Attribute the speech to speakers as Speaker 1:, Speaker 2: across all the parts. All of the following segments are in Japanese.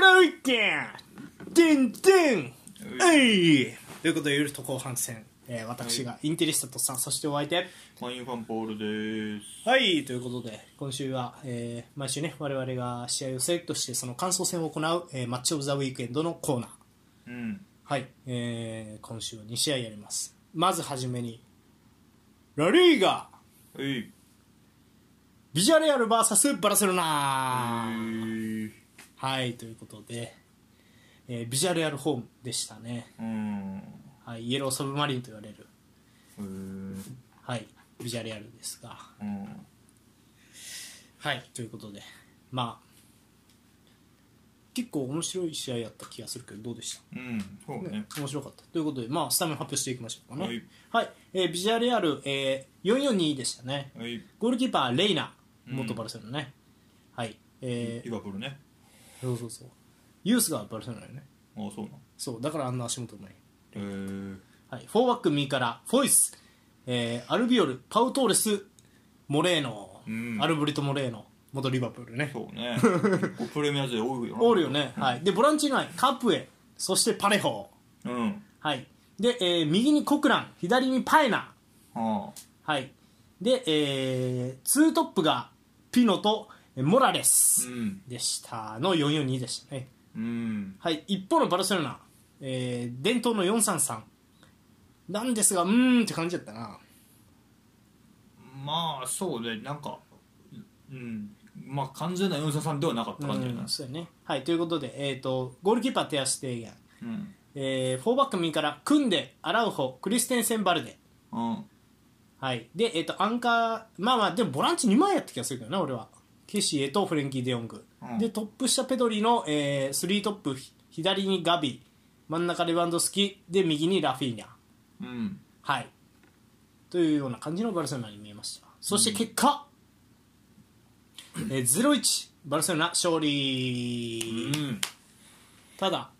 Speaker 1: らうけでんでんえいということで、ゆると後半戦、えー私がインテリスタとさん、そしてお相手。
Speaker 2: マインファンポールでーす。
Speaker 1: はい、ということで、今週は、えー毎週ね、我々が試合をセレクトして、その感想戦を行う、えーマッチオブザウィークエンドのコーナー。
Speaker 2: うん。
Speaker 1: はい、えー今週は2試合やります。まずはじめに、ラリーガ、
Speaker 2: えい。
Speaker 1: ビジャレアル VS バルセロ
Speaker 2: え
Speaker 1: ナ
Speaker 2: ー
Speaker 1: はい、ということで、えービジャレアルホームでしたね。
Speaker 2: うん。
Speaker 1: はい、イエローサブマリンと言われる、
Speaker 2: えー
Speaker 1: はい、ビジャレアルですが。
Speaker 2: うん。
Speaker 1: はい、ということで、まあ、結構面白い試合やった気がするけど、どうでした
Speaker 2: うん。そうね。
Speaker 1: 面白かったということで、まあ、スタメン発表していきましょうかね、は
Speaker 2: はいい
Speaker 1: えービジュアレアル、えー、442でしたね
Speaker 2: えい。
Speaker 1: ゴールキーパーレイナ
Speaker 2: うん
Speaker 1: 元バルセロナね、はいえ
Speaker 2: リ
Speaker 1: ー、
Speaker 2: バプールね。
Speaker 1: そうそうそうユースがバルセロナよね
Speaker 2: ああ、そうなん。
Speaker 1: そうだからあんな足元うまい、
Speaker 2: えー
Speaker 1: はい、フォーバック右からフォイス、えーアルビオルパウトーレスモレーノ、
Speaker 2: うん
Speaker 1: アルブリト・モレーノ元リバプールね
Speaker 2: そうね。結構プレミア勢多いよな。
Speaker 1: おるよね、はい、でボランチ内カプエそしてパレホ
Speaker 2: うん。
Speaker 1: はいで、えー右にコクラン左にパエナ
Speaker 2: ああ。
Speaker 1: はい。で、えー、ツートップがピノとえーモラレ
Speaker 2: う
Speaker 1: ス
Speaker 2: ん。
Speaker 1: でしたの442でしたね。
Speaker 2: うん。
Speaker 1: はい。一方のバルセロナ、えー、伝統の433なんですが、うーんって感じだったな。
Speaker 2: まあ、そうね。なんか、うん。まあ、完全な4 3さんではなかった感じだ
Speaker 1: う。
Speaker 2: なん
Speaker 1: そうだね。はい。ということで、えっ、と、ゴールキーパー手足提言、
Speaker 2: うん。
Speaker 1: えー、フォーバック右から、クンデ、アラウホ、クリステンセン・バルデ。
Speaker 2: うん。
Speaker 1: はい。で、えっ、と、アンカー、まあまあ、でもボランチ2枚やった気がするけどな、俺は。ケシエとフレンキー・デヨング。
Speaker 2: うん
Speaker 1: で、トップ下ペドリの、えー、3トップ、ひ左にガビ、真ん中レバンドフスキ、で、右にラフィーニャ。
Speaker 2: うん。
Speaker 1: はい。というような感じのバルセロナに見えました。そして結果、えー、0-1、バルセロナ勝利。
Speaker 2: うん。
Speaker 1: ただ、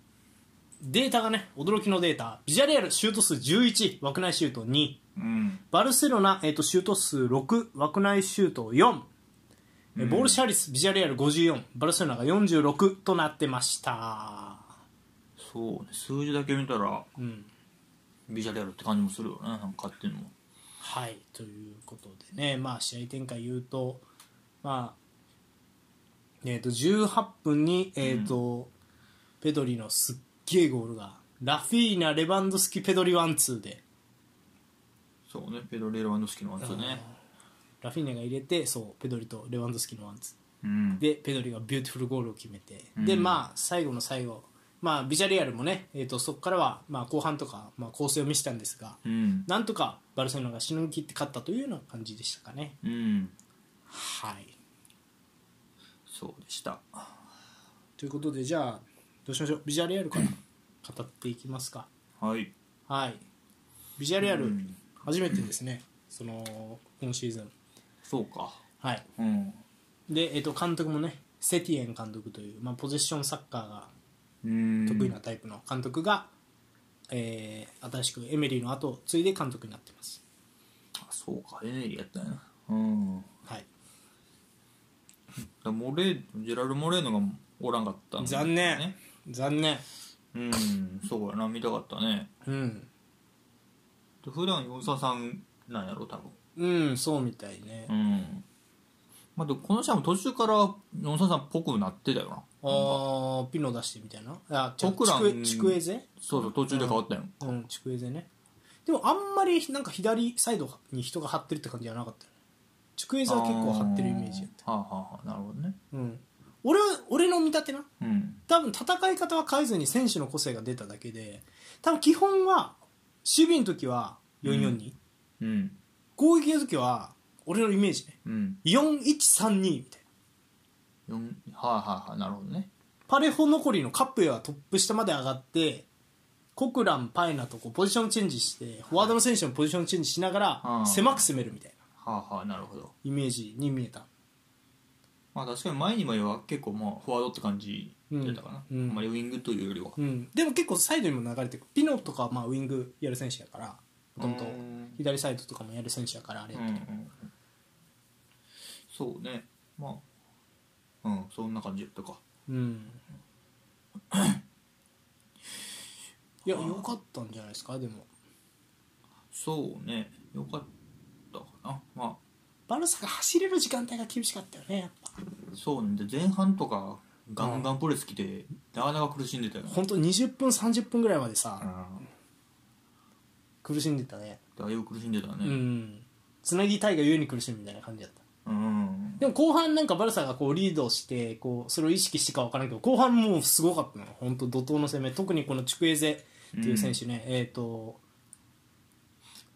Speaker 1: データがね、驚きのデータ。ビジャレアル、シュート数11、枠内シュート2。
Speaker 2: うん。
Speaker 1: バルセロナ、えー、とシュート数6、枠内シュート4、えーボールシャリス、ビジャレアル54、バルセロナが46となってました。
Speaker 2: そうね。数字だけ見たら、
Speaker 1: うん
Speaker 2: ビジャレアルって感じもするよね。なんか勝手にも。
Speaker 1: はい、ということでね、まあ、試合展開言うと、まあえー、と18分に、えーとペドリのすっげえゴールが、ラフィーナ、レバンドフスキ、ペドリワンツーで、
Speaker 2: そうね、ペドレ・レワンドフスキのワンツーね。
Speaker 1: ラフィーナが入れて、そう、ペドリとレバンドフスキのワンツー。
Speaker 2: うん。
Speaker 1: でペドリがビューティフルゴールを決めて、でまあ最後の最後、まあ、ビジャレアルもね、えー、とそこからは、まあ、後半とか、まあ、構成を見せたんですが
Speaker 2: うん。
Speaker 1: なんとかバルセロナがしのぎ切って勝ったというような感じでしたかね
Speaker 2: うん。
Speaker 1: はい
Speaker 2: そうでした。
Speaker 1: ということでじゃあどうしましょうビジャレアルから語っていきますか
Speaker 2: はい。
Speaker 1: はいビジャレアル、
Speaker 2: うん
Speaker 1: 初めてですねその今シーズン
Speaker 2: そうか。
Speaker 1: はい
Speaker 2: うん。
Speaker 1: で、えー、と監督もねセティエン監督という、まあ、ポゼッションサッカーが
Speaker 2: うん。
Speaker 1: 得意なタイプの監督が、えー新しくエメリーの後を継いで監督になってます、
Speaker 2: あそうか、エネリーやったんやな。うん。だか
Speaker 1: はい、
Speaker 2: らモレジェラル・モレーノがおらんかったんだよ
Speaker 1: 残念、
Speaker 2: ね。
Speaker 1: 残念
Speaker 2: うん。そうやな、見たかったね。
Speaker 1: うん
Speaker 2: で普段ヨンサさんなんやろ、多分。
Speaker 1: うんそうみたいね、
Speaker 2: うん。まあ、でもこの試合も途中からヨンサさんっぽくなってたよな。
Speaker 1: あーピノ出してみたいなあちょ
Speaker 2: 僕ら
Speaker 1: チクエチクエゼ
Speaker 2: そうそう、途中で変わったよ。
Speaker 1: うんチクエゼねでもあんまりなんか左サイドに人が張ってるって感じじゃなかったよねチクエゼは結構張ってるイメージやった
Speaker 2: あーはあはあはあ、なるほどね。
Speaker 1: うん俺は俺の見立てな
Speaker 2: うん。
Speaker 1: 多分戦い方は変えずに選手の個性が出ただけで多分基本は守備の時は442、
Speaker 2: うん。
Speaker 1: 攻撃の時は俺のイメージね
Speaker 2: うん。
Speaker 1: 4132みたいな
Speaker 2: 四はいはいはいなるほどね
Speaker 1: パレホ残りのカップエはトップ下まで上がってコクランパイナとこうポジションチェンジしてフォワードの選手のポジションチェンジしなが
Speaker 2: う
Speaker 1: ら
Speaker 2: ん
Speaker 1: 狭く攻めるみたいな
Speaker 2: はあはあなるほど
Speaker 1: イメージに見えた
Speaker 2: まあ確かに前に前は結構まあフォワードって感じ出たかな、
Speaker 1: うんうん
Speaker 2: あんまりウィングというよりは
Speaker 1: うんでも結構サイドにも流れてくるピノとかはまあウイングやる選手やからもともと
Speaker 2: うん
Speaker 1: 左サイドとかもやる選手やからあれ
Speaker 2: うん、うん、そうねまあうんそんな感じやったか
Speaker 1: うんいや
Speaker 2: あー
Speaker 1: 良かったんじゃないですかでも
Speaker 2: そうねよかったかなま
Speaker 1: バルサが走れる時間帯が厳しかったよねやっぱ
Speaker 2: あそうなんで前半とかガンガンプレス来てなかなか苦しんでたよね
Speaker 1: 本当20分30分ぐらいまでさ、
Speaker 2: うん
Speaker 1: 苦しんでたね
Speaker 2: だいぶ苦しんでた
Speaker 1: う
Speaker 2: ね
Speaker 1: んつなぎたいがゆえに苦しむみたいな感じだった
Speaker 2: うん
Speaker 1: でも後半なんかバルサがこうリードしてこうそれを意識してか分からんけど後半もうすごかったの本当怒涛の攻め特にこのチュクエゼっていう選手ね、えっ、と、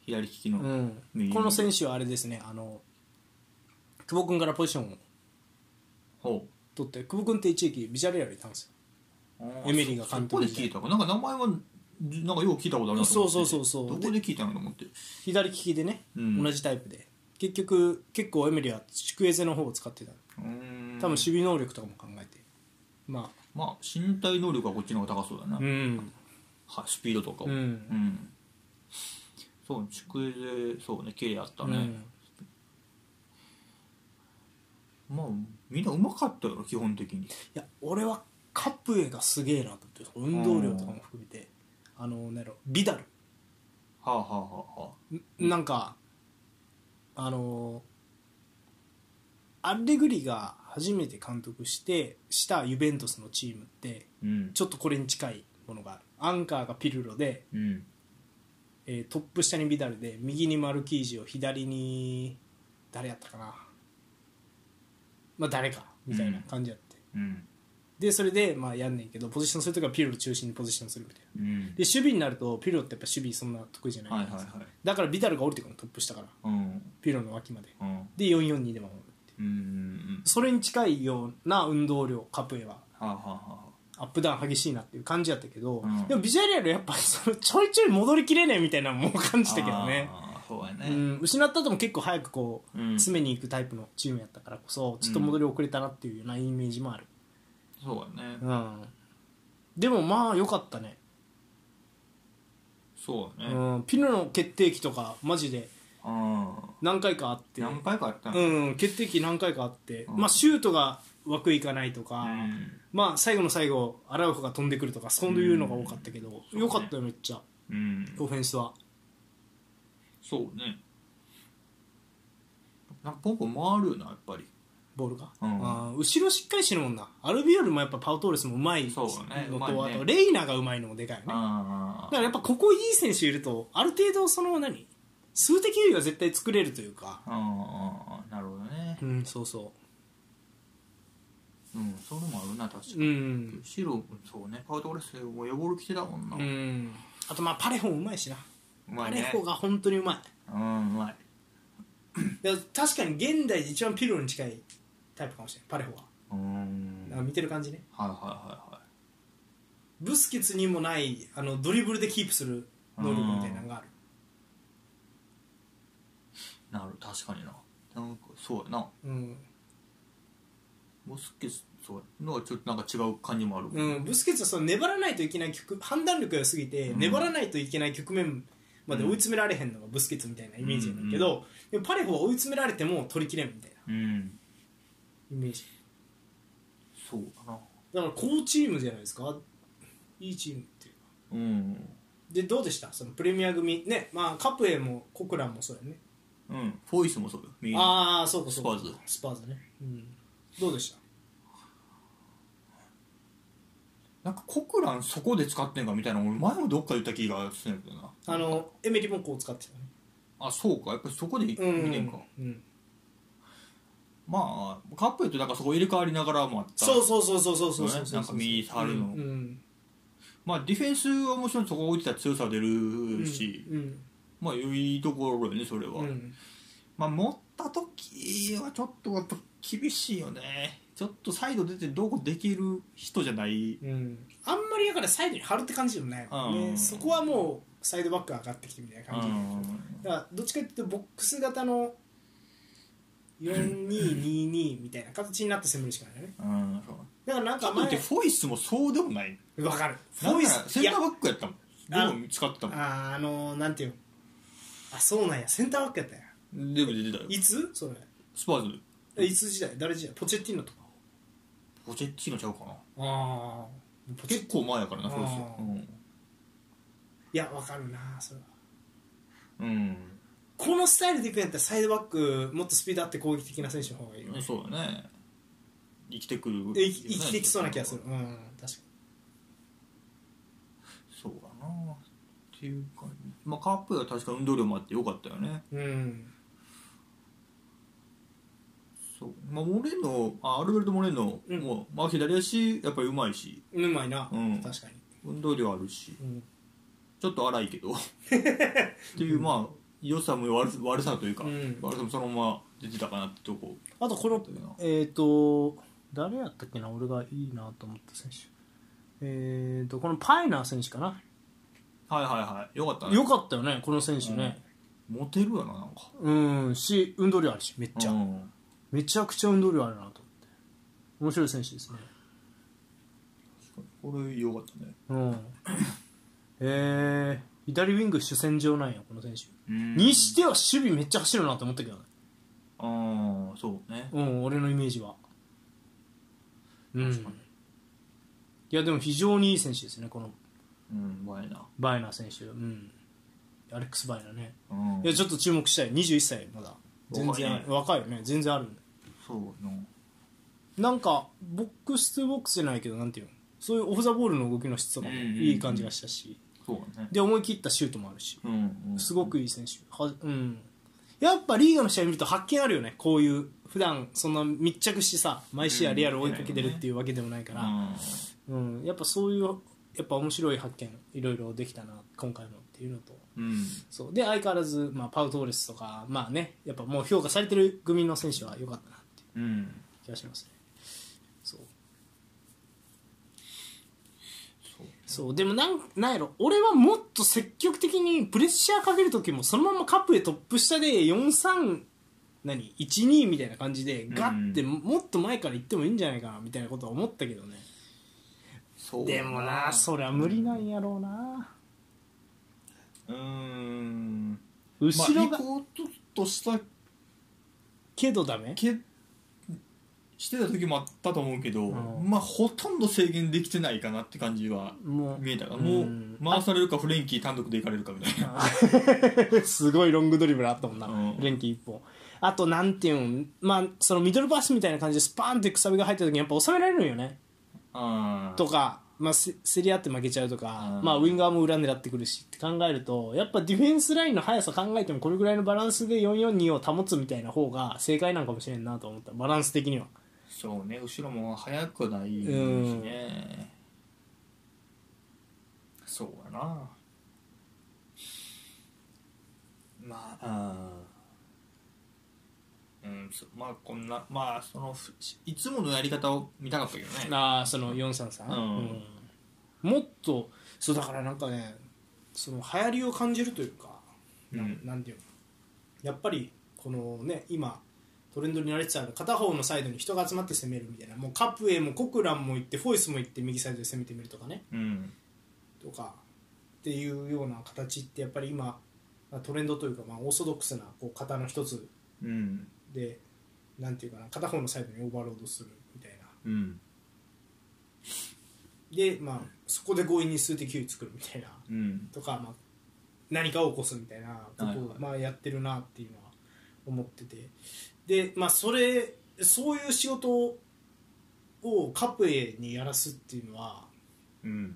Speaker 2: 左利き
Speaker 1: う
Speaker 2: の、
Speaker 1: ん
Speaker 2: 右、
Speaker 1: この選手はあれですねあの久保君からポジションを
Speaker 2: ほう
Speaker 1: 取って久保君って一時期ビジャレアルいたんです
Speaker 2: あー
Speaker 1: エメリが監督
Speaker 2: そこで聞いたかなんか名前はなんかよう聞いたことあるなと思って
Speaker 1: そうそうそうそう
Speaker 2: どこで聞いたのと思って
Speaker 1: よ左利きでね、
Speaker 2: うん
Speaker 1: 同じタイプで結局結構エメリはチュクエゼの方を使ってた
Speaker 2: うーん
Speaker 1: 多分守備能力とかも考えて、まあ
Speaker 2: まあ身体能力はこっちの方が高そうだな、
Speaker 1: うん
Speaker 2: はスピードとかを
Speaker 1: うん
Speaker 2: んそう宿営でそうね綺麗あった
Speaker 1: う
Speaker 2: ね、
Speaker 1: ん
Speaker 2: まあみんなうまかったよ基本的に
Speaker 1: いや俺はカプエがすげえなと思って運動量とかも含めてあのなんやろビダル
Speaker 2: はあはあはあは
Speaker 1: んなんかあのアレグリが初めて監督してしたユベントスのチームって
Speaker 2: うん
Speaker 1: ちょっとこれに近いものがあるアンカーがピルロで、
Speaker 2: うん
Speaker 1: えートップ下にビダルで右にマルキージを左に誰やったかなまあ誰かみたいな感じやって、
Speaker 2: うん
Speaker 1: でそれでまあやんねんけどポジションするときはピルロ中心にポジションするみたいな
Speaker 2: うん
Speaker 1: で守備になるとピルロってやっぱ守備そんな得意じゃない
Speaker 2: はい
Speaker 1: じゃ
Speaker 2: はい
Speaker 1: ない
Speaker 2: は
Speaker 1: ですか
Speaker 2: い
Speaker 1: だからビダルが降りてくるのトップ下から
Speaker 2: うん
Speaker 1: ピルロの脇まで
Speaker 2: うん
Speaker 1: で442で守るって
Speaker 2: うんうん
Speaker 1: それに近いような運動量カプエは
Speaker 2: はあはあは
Speaker 1: アップダウン激しいなっていう感じやったけど、
Speaker 2: うん
Speaker 1: でもビジュアルやるやっぱそのちょいちょい戻りきれねえみたいなのも感
Speaker 2: あ
Speaker 1: じたけどね
Speaker 2: あーそうや
Speaker 1: う
Speaker 2: ね
Speaker 1: ん、失った後も結構早くこう、
Speaker 2: うん
Speaker 1: 詰めに行くタイプのチームやったからこそちょっと戻り遅れたなっていうようなイメージもある、
Speaker 2: そうやね
Speaker 1: うん、でもまあ良かったね
Speaker 2: そうやね
Speaker 1: うん、ピルの決定機とかマジで
Speaker 2: ああ
Speaker 1: 何回かあって
Speaker 2: 何回かあったね
Speaker 1: うん、決定機何回かあって、
Speaker 2: うん
Speaker 1: まあ、シュートが枠いかないとか、
Speaker 2: うん
Speaker 1: まあ、最後の最後アラウフが飛んでくるとかそういうのが多かったけど、
Speaker 2: うん
Speaker 1: よかったよめっちゃ
Speaker 2: うん
Speaker 1: オフェンスは
Speaker 2: そうねなんかポンポン回るよなやっぱり
Speaker 1: ボールが、
Speaker 2: うん
Speaker 1: あー後ろしっかりしてるもんなアルビオルもやっぱパウトーレスもうまいのと、
Speaker 2: そうだねうまいね
Speaker 1: あとレイナがうまいのもでかいよねだ
Speaker 2: あ
Speaker 1: からやっぱここいい選手いるとある程度その何数的優位は絶対作れるというか
Speaker 2: あああなるほどね
Speaker 1: うんそうそ
Speaker 2: うんそれもあるな確か
Speaker 1: うう
Speaker 2: に
Speaker 1: ん
Speaker 2: 白もそうねパウトレスも呼ぼる来てたもんな
Speaker 1: う
Speaker 2: うん
Speaker 1: あとまあパレホンうまいしな、
Speaker 2: ま
Speaker 1: パ
Speaker 2: い
Speaker 1: レ
Speaker 2: ね
Speaker 1: ホが本当にうまい
Speaker 2: うんうまい
Speaker 1: だから確かに現代で一番ピルロに近いタイプかもしれないパレホは、
Speaker 2: うん
Speaker 1: なんか見てる感じね
Speaker 2: はいはいはいは
Speaker 1: ブスケツにもないあのドリブルでキープする能力みたいなのがある
Speaker 2: いなる確かにななんかそうやな
Speaker 1: うん、
Speaker 2: モスケスそうやのはちょっとなんか違う感じもあるもん
Speaker 1: うん、ブスケツはその粘らないといけない局判断力が良すぎて、
Speaker 2: うん
Speaker 1: 粘らないといけない局面まで追い詰められへんのがブスケツみたいなイメージやねんけど、でもパレホは追い詰められても取りきれんみたいな
Speaker 2: うん
Speaker 1: イメージ
Speaker 2: そうだな
Speaker 1: だから好チームじゃないですかいいチームっていうか
Speaker 2: うん
Speaker 1: でどうでしたそのプレミア組ねまあカプエもコクランもそうやね
Speaker 2: うんフォイスもそうよ右
Speaker 1: ああそうかそうか
Speaker 2: スパーズ
Speaker 1: スパーズね、うん、どうでした
Speaker 2: なんかコクランそこで使ってんかみたいなの俺前もどっか言った気がするんだけどな
Speaker 1: あのエメリもこう使ってたね
Speaker 2: あそうかやっぱりそこで見てんか、
Speaker 1: うん、
Speaker 2: まあカップルとなんかそこ入れ替わりながらもあった
Speaker 1: そうそうそうそうそうそうそうそう
Speaker 2: なんか右触るの
Speaker 1: うんうん
Speaker 2: まあディフェンスはもちろんそこ置いてたら強さは出るし、
Speaker 1: うん
Speaker 2: まあいいところよねそれは、
Speaker 1: うん
Speaker 2: まあ持った時はちょっとやっぱ厳しいよねちょっとサイド出てどうこうできる人じゃない
Speaker 1: うんあんまりだからサイドに張るって感じでもないもんね、
Speaker 2: うん
Speaker 1: そこはもうサイドバックが上がってきてみたいな感じ、
Speaker 2: うん
Speaker 1: だからどっちかっていうとボックス型の4222みたいな形になって攻めるしかないよね
Speaker 2: うんそう
Speaker 1: だからなんか
Speaker 2: だっ
Speaker 1: 前
Speaker 2: てフォイスもそうでもない
Speaker 1: わかるフ
Speaker 2: なん
Speaker 1: ォイ
Speaker 2: なら
Speaker 1: ス
Speaker 2: セ
Speaker 1: い
Speaker 2: ンタ
Speaker 1: や
Speaker 2: ーバックやったもん
Speaker 1: あ
Speaker 2: でも使ってたも
Speaker 1: あーあのー、なんていうのあそうなんやセンターバックやったんや
Speaker 2: んでも出てたよ
Speaker 1: いつそれ
Speaker 2: スパーズ
Speaker 1: えいつ時代誰時代ポチェッティーノとか
Speaker 2: ポチェッチーノちゃうかな
Speaker 1: ああ
Speaker 2: 結構前やからな
Speaker 1: あー
Speaker 2: フロスはうん、
Speaker 1: いやわかるなそれは
Speaker 2: うん
Speaker 1: このスタイルでいくんやったらサイドバックもっとスピードあって攻撃的な選手の方がいいよね
Speaker 2: そうだね生きてくるよね、
Speaker 1: えい生きてきそうな気がするうん確か
Speaker 2: そうだなっていうかまあカープは確か運動量もあってよかったよね
Speaker 1: にうん
Speaker 2: そうまあモレノあアルベルト・モレノ
Speaker 1: うん
Speaker 2: も、まあ、左足やっぱりうまいし
Speaker 1: うまいな、
Speaker 2: うん
Speaker 1: 確かに、
Speaker 2: 運動量あるし
Speaker 1: うん、
Speaker 2: ちょっと荒い けどっていうまあ良さも悪さ悪さというか、
Speaker 1: うん
Speaker 2: 悪さもそのまま出てたかなってとこ
Speaker 1: あとこの
Speaker 2: というのは
Speaker 1: えっ、と誰やったっけな俺がいいなと思った選手えっ、とこのパイナー選手かな
Speaker 2: はいはいはいよかったね
Speaker 1: よかったよねこの選手ね
Speaker 2: モテるよななんか
Speaker 1: うんし運動量あるしめっちゃ、
Speaker 2: うん
Speaker 1: めちゃくちゃ運動量あるなと思って面白い選手ですね
Speaker 2: これよかったね
Speaker 1: うんえー、左ウィング主戦場なんやこの選手
Speaker 2: うん
Speaker 1: にしては守備めっちゃ走るなと思ったけどね
Speaker 2: ああそうね
Speaker 1: うん俺のイメージはうん
Speaker 2: 確かに
Speaker 1: いやでも非常にいい選手ですねこの
Speaker 2: うんうまいな
Speaker 1: バイナー選手うんアレックス・バイナーね
Speaker 2: うん
Speaker 1: いやちょっと注目したい21歳まだ全然
Speaker 2: 若いね
Speaker 1: 若いよね全然あるね
Speaker 2: そうの
Speaker 1: なんかボックス・トゥボックスじゃないけどなんていうのそういうオフ・ザ・ボールの動きの質とかも
Speaker 2: うんうんうん
Speaker 1: いい感じがしたし
Speaker 2: そうだね
Speaker 1: で思い切ったシュートもあるし
Speaker 2: うん、うん、
Speaker 1: すごくいい選手は、うん、やっぱリーガの試合見ると発見あるよねこういう普段そんな密着してさ毎試合リアル追いかけてるっていうわけでもないから、
Speaker 2: うん
Speaker 1: うん、やっぱそういうやっぱ面白い発見いろいろできたな今回のっていうのと
Speaker 2: うん
Speaker 1: そうで相変わらず、まあ、パウ・トーレスとかまあねやっぱもう評価されてる組の選手は良かったなってい
Speaker 2: うん
Speaker 1: う気がしますねそう
Speaker 2: そう
Speaker 1: そうでもなんなんやろ俺はもっと積極的にプレッシャーかける時もそのままカップでトップ下で43何12みたいな感じでガッて
Speaker 2: うん
Speaker 1: もっと前から行ってもいいんじゃないかなみたいなことは思ったけどね、
Speaker 2: そう
Speaker 1: でもなそりゃ無理なんやろうな
Speaker 2: うーん
Speaker 1: 後ろ
Speaker 2: ま
Speaker 1: が
Speaker 2: あ、行こうとした
Speaker 1: けどダ メ
Speaker 2: けしてた時もあったと思うけど、
Speaker 1: うん
Speaker 2: まあほとんど制限できてないかなって感じは
Speaker 1: もう
Speaker 2: 見えたが、
Speaker 1: う
Speaker 2: も
Speaker 1: ん
Speaker 2: う回されるかフレンキー単独で行かれるかみたいな
Speaker 1: すごいロングドリブルあったもんな、
Speaker 2: うん
Speaker 1: 連携一本あとなんていうんまあそのミドルパスみたいな感じでスパーンってくさびが入った時にやっぱ収められるんよね
Speaker 2: あー
Speaker 1: とか、まあ、せ競り合って負けちゃうとか、
Speaker 2: うん
Speaker 1: まあ、ウィンガーも裏狙ってくるしって考えるとやっぱディフェンスラインの速さ考えてもこれぐらいのバランスで442を保つみたいな方が正解なんかもしれんなと思ったバランス的には
Speaker 2: そうね後ろも速くはないし
Speaker 1: うん
Speaker 2: ね、そうやなまあうんそまあこんなまあそのふいつものやり方を見たかったけどね
Speaker 1: ああその433、
Speaker 2: うん
Speaker 1: うんもっとそうだからなんかねその流行りを感じるというか、な
Speaker 2: うん
Speaker 1: なんていうのやっぱりこのね今トレンドになりつつある片方のサイドに人が集まって攻めるみたいなもうカプエもコクランも行ってフォイスも行って右サイドで攻めてみるとかね
Speaker 2: うん
Speaker 1: とかっていうような形ってやっぱり今まあトレンドというか、まあ、オーソドックスなこう型の一つ
Speaker 2: うん
Speaker 1: でなんていうかな片方のサイドにオーバーロードするみたいな
Speaker 2: うん
Speaker 1: で、まあ、そこで強引に数的優位作るみたいな
Speaker 2: うん
Speaker 1: とか、まあ、何かを起こすみたいなことを、
Speaker 2: はいはい
Speaker 1: まあ、やってるなっていうのは思っててで、まあ、それそういう仕事をカプエにやらすっていうのは
Speaker 2: うん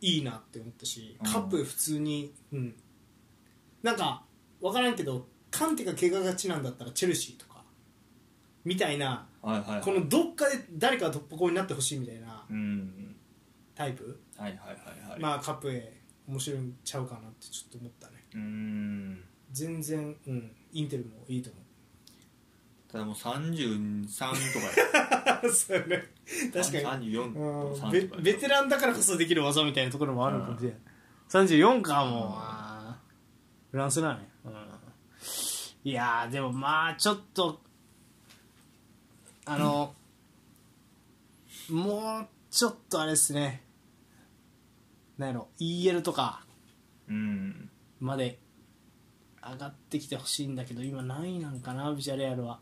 Speaker 1: いいなって思ったし
Speaker 2: うん
Speaker 1: カップ普通に、うん、なんか分からんけどカンテが怪我がちなんだったらチェルシーとかみたいな
Speaker 2: はいはいはい
Speaker 1: このどっかで誰かが突破口になってほしいみたいな
Speaker 2: うん
Speaker 1: タイプ、
Speaker 2: はいはいはいはい、
Speaker 1: まあ、カップへ面白いんちゃうかなってちょっと思ったね
Speaker 2: うん
Speaker 1: 全然、うん、インテルもいい と思
Speaker 2: ただもう33とかや
Speaker 1: うそうよね 確かに
Speaker 2: 34とか
Speaker 1: うんベベテランだからこそできる技みたいなところもあるのかもしれない34かもうあーフランスなのね、うん、いやーでもまあちょっとあの、もうちょっとあれですねなんやろ EL とか
Speaker 2: うん
Speaker 1: まで上がってきてほしいんだけど今何位なんかなビジャレアルは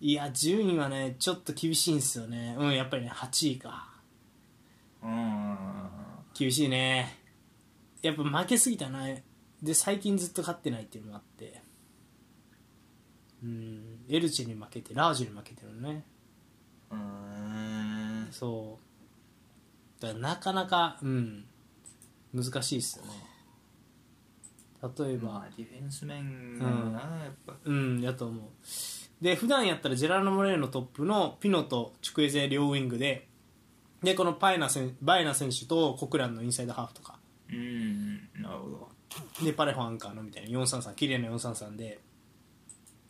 Speaker 1: いや順位はねちょっと厳しいんですよねうんやっぱりね8位か
Speaker 2: うーん
Speaker 1: 厳しいねやっぱ負けすぎたなで最近ずっと勝ってないっていうのもあってうんエルチェに負けてラージュに負けてるのね
Speaker 2: うーん
Speaker 1: そうだからなかなかうん難しいですよね例えば、
Speaker 2: まあディフェンス面なのかな、やっぱ
Speaker 1: うんやと思うで普段やったらジェラルド・モレーノのトップのピノとチュクエゼ両ウイングででこのパイナ選バイナ選手とコクランのインサイドハーフとか
Speaker 2: うーんなるほど
Speaker 1: でパレホアンカーのみたいな433綺麗な433で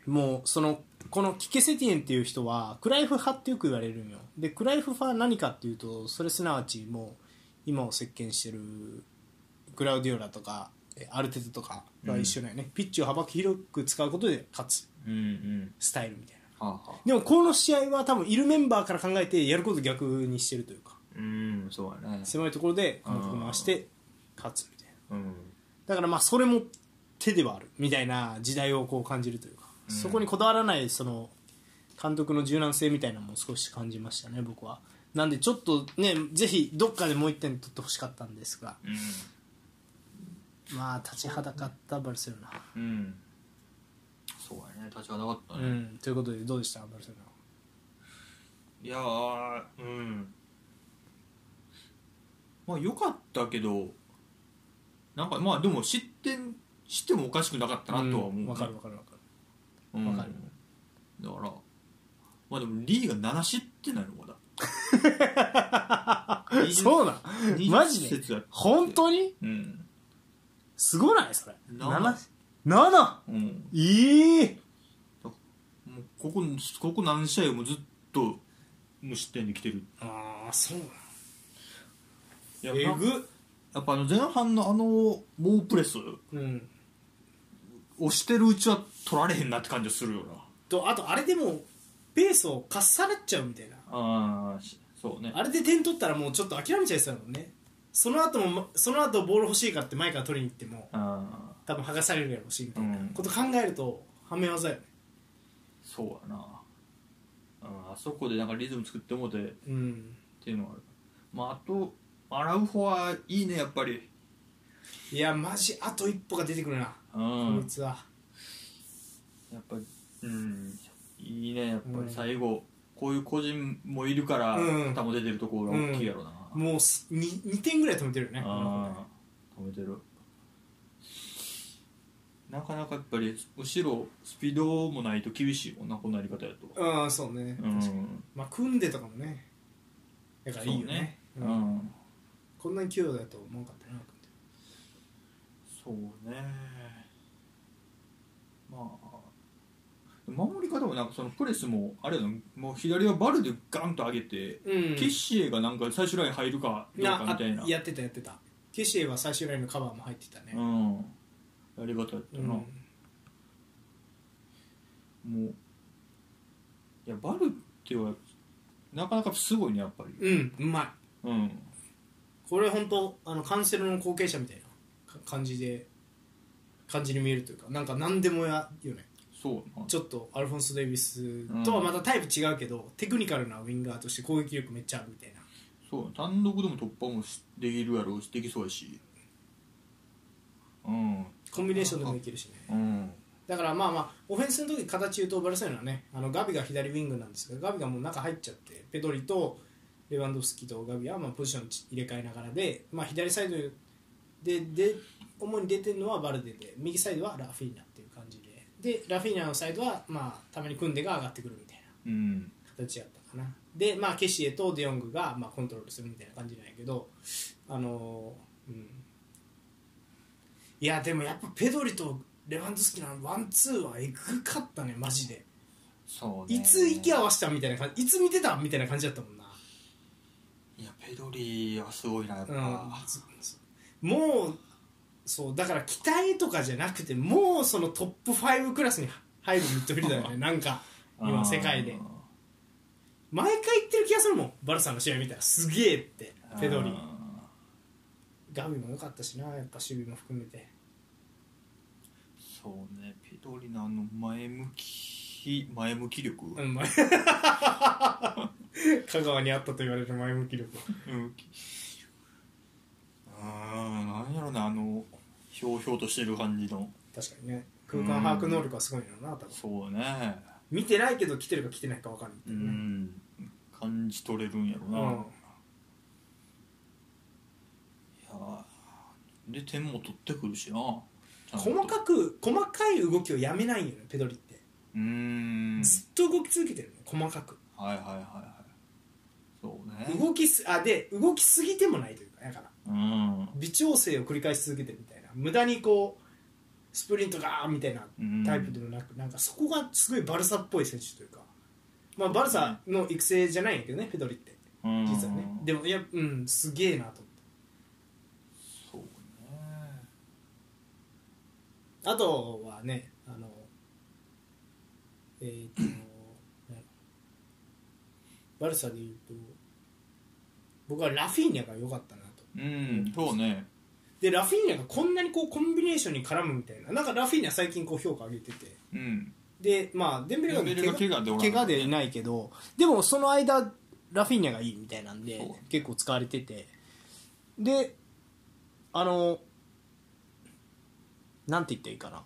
Speaker 1: もうそのこのキケセティエンっていう人はクライフ派ってよく言われるんよでクライフ派は何かっていうとそれすなわちもう今を席巻してるグラウディオラとかえアルテテとかが一緒だよね、ピッチを幅広く使うことで勝つ
Speaker 2: うんうん
Speaker 1: スタイルみたいな
Speaker 2: はあ、はあ、
Speaker 1: でもこの試合は多分いるメンバーから考えてやること逆にしてるというか
Speaker 2: うんそうだね
Speaker 1: 狭いところで韓国回して勝つみたいな
Speaker 2: うん
Speaker 1: だからまあそれも手ではあるみたいな時代をこう感じるというか、
Speaker 2: うん
Speaker 1: そこにこだわらないその監督の柔軟性みたいなのも少し感じましたね僕はなんでちょっとねぜひどっかでもう1点取ってほしかったんですがまあ立ちはだかったバルセロナ
Speaker 2: うん、うん、そうだね立ちはなかった
Speaker 1: う
Speaker 2: ね、
Speaker 1: んということでどうでしたバルセロナ
Speaker 2: いやーうんまあ良かったけどなんかまあでも失点してもおかしくなかったなとは思う、
Speaker 1: んわかるわかるわかる
Speaker 2: うん
Speaker 1: わかる
Speaker 2: だからまあでもリーが7失点なのまだ
Speaker 1: そうなん
Speaker 2: 20
Speaker 1: マジで
Speaker 2: 節やって
Speaker 1: 本当に
Speaker 2: うん
Speaker 1: すごないそれ
Speaker 2: な
Speaker 1: 7?
Speaker 2: うん
Speaker 1: ええ
Speaker 2: もうここここ何試合もずっと無失点で来てる
Speaker 1: ああそうなんえ
Speaker 2: やや
Speaker 1: ぐ
Speaker 2: っぱあの前半のあの猛プレス
Speaker 1: うん
Speaker 2: 押してるうちは取られへんなって感じがするよな
Speaker 1: とあとあれでもペースをかっさらっちゃうみたいな
Speaker 2: ああそうね
Speaker 1: あれで点取ったらもうちょっと諦めちゃいそうだもんねその後もまその後ボール欲しいからって前から取りに行っても
Speaker 2: ああ
Speaker 1: 多分剥がされるやろうしみたいな
Speaker 2: うん
Speaker 1: こと考えるとはめ技よね
Speaker 2: そうやなああそこでなんかリズム作ってもうてっ
Speaker 1: うん
Speaker 2: ていうのはあるまああとアラウホはいいねやっぱり
Speaker 1: いやマジあと一歩が出てくるな、
Speaker 2: う
Speaker 1: こい
Speaker 2: ん
Speaker 1: つは
Speaker 2: やっぱりうんいいねやっぱ
Speaker 1: うん
Speaker 2: り最後、こういう個人もいるから、
Speaker 1: うん
Speaker 2: 球出てるところが大きいやろな、
Speaker 1: もうす 2, 2点ぐらい止めてるよねこの子ね
Speaker 2: ああ止めてるなかなかやっぱり後ろスピードもないと厳しいもんなこんなやり方やと
Speaker 1: うんそうね、
Speaker 2: うん
Speaker 1: 確かにまあ組んでとかもねだからいいよね
Speaker 2: そううんん
Speaker 1: こんなに器用だと思わなかったな
Speaker 2: そうねまあ守り方もなんかそのプレスもあれやなもう左はバルでガンと上げて、
Speaker 1: うん
Speaker 2: ケッシエがなんか最終ライン入るかどうかみたいな
Speaker 1: あやってたやってたケシエは最終ラインのカバーも入ってた
Speaker 2: う
Speaker 1: ね
Speaker 2: ん、やり方やった
Speaker 1: うん
Speaker 2: な、もういやバルってはなかなかすごいねやっぱり
Speaker 1: うんうま
Speaker 2: うん
Speaker 1: いこれ本当あのカンセルの後継者みたいなか感じで感じに見えるというかなんか何でもやよね
Speaker 2: そうな
Speaker 1: ちょっとアルフォンス・デイビスとはまたタイプ違うけど、テクニカルなウィンガーとして攻撃力めっちゃあるみたいな
Speaker 2: そう単独でも突破もしできるやろうしできそうやしうん
Speaker 1: コンビネーションでもいけるしね
Speaker 2: うん
Speaker 1: だからまあまあオフェンスの時形言うとバルセロナはねあのガビが左ウィングなんですがガビがもう中入っちゃってペドリとレバンドフスキとガビはまあポジション入れ替えながらで、まあ、左サイドでで主に出てるのはバルデで右サイドはラフィーナっていう感じででラフィーナのサイドはまあたまに組んでが上がってくるみたいな
Speaker 2: うん
Speaker 1: 形やったかなでまあケシエとデヨングがまあコントロールするみたいな感じなんやけどあのーうんいやでもやっぱペドリとレバンドフスキのワンツーはエグかったねマジで
Speaker 2: そうね
Speaker 1: いつ息合わせたみたいな感じいつ見てたみたいな感じだったもんな、
Speaker 2: いやペドリはすごいなやっぱ、
Speaker 1: うん、ずずもうそうだから期待とかじゃなくてもうそのトップ5クラスに入るミッドフィルダーだ よねなんか今世界で毎回言ってる気がするもんバルサの試合見たらすげえって
Speaker 2: あー
Speaker 1: ペドリ
Speaker 2: あ
Speaker 1: ガビも良かったしなやっぱ守備も含めて
Speaker 2: ーそうねペドリのあの前向きき前向き力、
Speaker 1: うん前 香川にあったと言われる前向き力
Speaker 2: うんあーなんやろねあのひょうひょうとしてる感じの
Speaker 1: 確かにね空間把握能力はすごいのな多分
Speaker 2: そうね
Speaker 1: 見てないけど来てるか来てないか分かるみた
Speaker 2: う
Speaker 1: いなね
Speaker 2: ん感じ取れるんやろな、
Speaker 1: うん
Speaker 2: いやーで点も取ってくるしなちゃんと
Speaker 1: 細かく細かい動きをやめないよねペドリって、
Speaker 2: うーん
Speaker 1: ずっと動き続けてるの細かく、
Speaker 2: はいはいはいはいそうね
Speaker 1: 動きすあで動きすぎてもないというかだから
Speaker 2: うん
Speaker 1: 微調整を繰り返し続けてるみたいな無駄にこうスプリントガーみたいな
Speaker 2: うん
Speaker 1: タイプでもなく、なんかそこがすごいバルサっぽい選手というか、まあ、バルサの育成じゃないんだけどねペドリって
Speaker 2: うん
Speaker 1: 実はねでもいやうんすげえなと思って
Speaker 2: そうね
Speaker 1: あとはねあのえっ、と なんかバルサで言うと僕はラフィーニャが良かったなと
Speaker 2: うんそうね
Speaker 1: でラフィーニャがこんなにこうコンビネーションに絡むみたいななんかラフィーニャ最近こう評価上げてて
Speaker 2: うん
Speaker 1: でまあデンベレが
Speaker 2: デンベレが怪我でおら
Speaker 1: 怪
Speaker 2: ん
Speaker 1: 我でいないけどでもその間ラフィーニャがいいみたいなんで
Speaker 2: そう
Speaker 1: 結構使われててであのなんて言ったらいいかな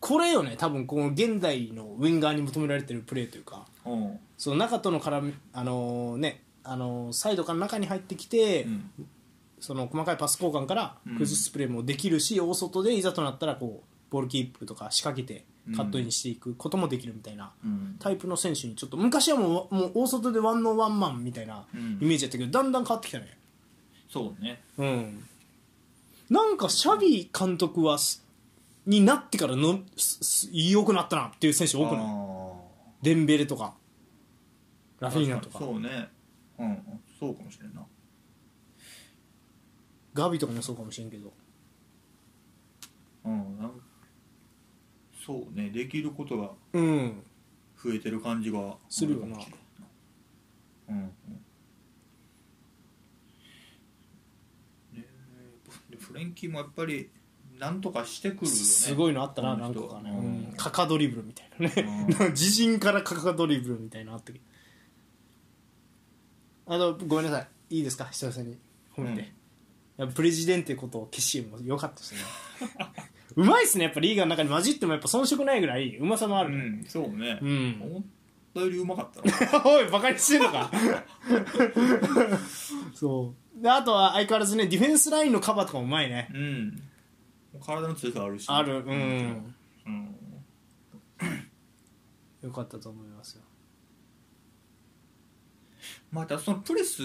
Speaker 1: これよね多分この現代のウィンガーに求められてるプレーというか
Speaker 2: うん
Speaker 1: その中との絡みあのねあのサイドから中に入ってきて、
Speaker 2: うん
Speaker 1: その細かいパス交換から崩すプレーもできるし、大外でいざとなったらこうボールキープとか仕掛けてカットインしていくこともできるみたいな
Speaker 2: うん
Speaker 1: タイプの選手にちょっと昔はもうもう大外でワンのワンマンみたいな
Speaker 2: うん
Speaker 1: イメージだったけど、だんだん変わってきたね
Speaker 2: そうね
Speaker 1: うんなんかシャビ監督はすになってからのすす良くなったなっていう選手多く
Speaker 2: あ
Speaker 1: ない
Speaker 2: ー
Speaker 1: デンベレとかラフィーナとか
Speaker 2: そうねうんうんそうかもしれんな
Speaker 1: ガビとかもそうかもしれんけど
Speaker 2: うんなんそうねできることが
Speaker 1: うん
Speaker 2: 増えてる感じが
Speaker 1: するよな
Speaker 2: あかもしれんなうんうんねでフレンキーもやっぱりなんとかしてくるよね
Speaker 1: すごいのあったな
Speaker 2: こ
Speaker 1: な
Speaker 2: の
Speaker 1: んか
Speaker 2: 人
Speaker 1: がね、
Speaker 2: うん
Speaker 1: うん、カカドリブルみたいなね 自陣からカカドリブルみたいなのあったけどあのごめんなさいいいですか久々に褒めて、
Speaker 2: うん
Speaker 1: いやプレジデンテことケシエも良かったですね うまいっすねやっぱリーガーの中に混じってもやっぱ遜色ないぐらいうまさもあ
Speaker 2: う
Speaker 1: るね
Speaker 2: んそうね
Speaker 1: うん、
Speaker 2: 思ったよりうまかったな
Speaker 1: おいバカにしてんの かそうであとは相変わらずねディフェンスラインのカバーとかもうまいね
Speaker 2: うん体の強さあるし
Speaker 1: あるう
Speaker 2: うん
Speaker 1: ん
Speaker 2: うん
Speaker 1: 良かったと思いますよ
Speaker 2: またそのプレス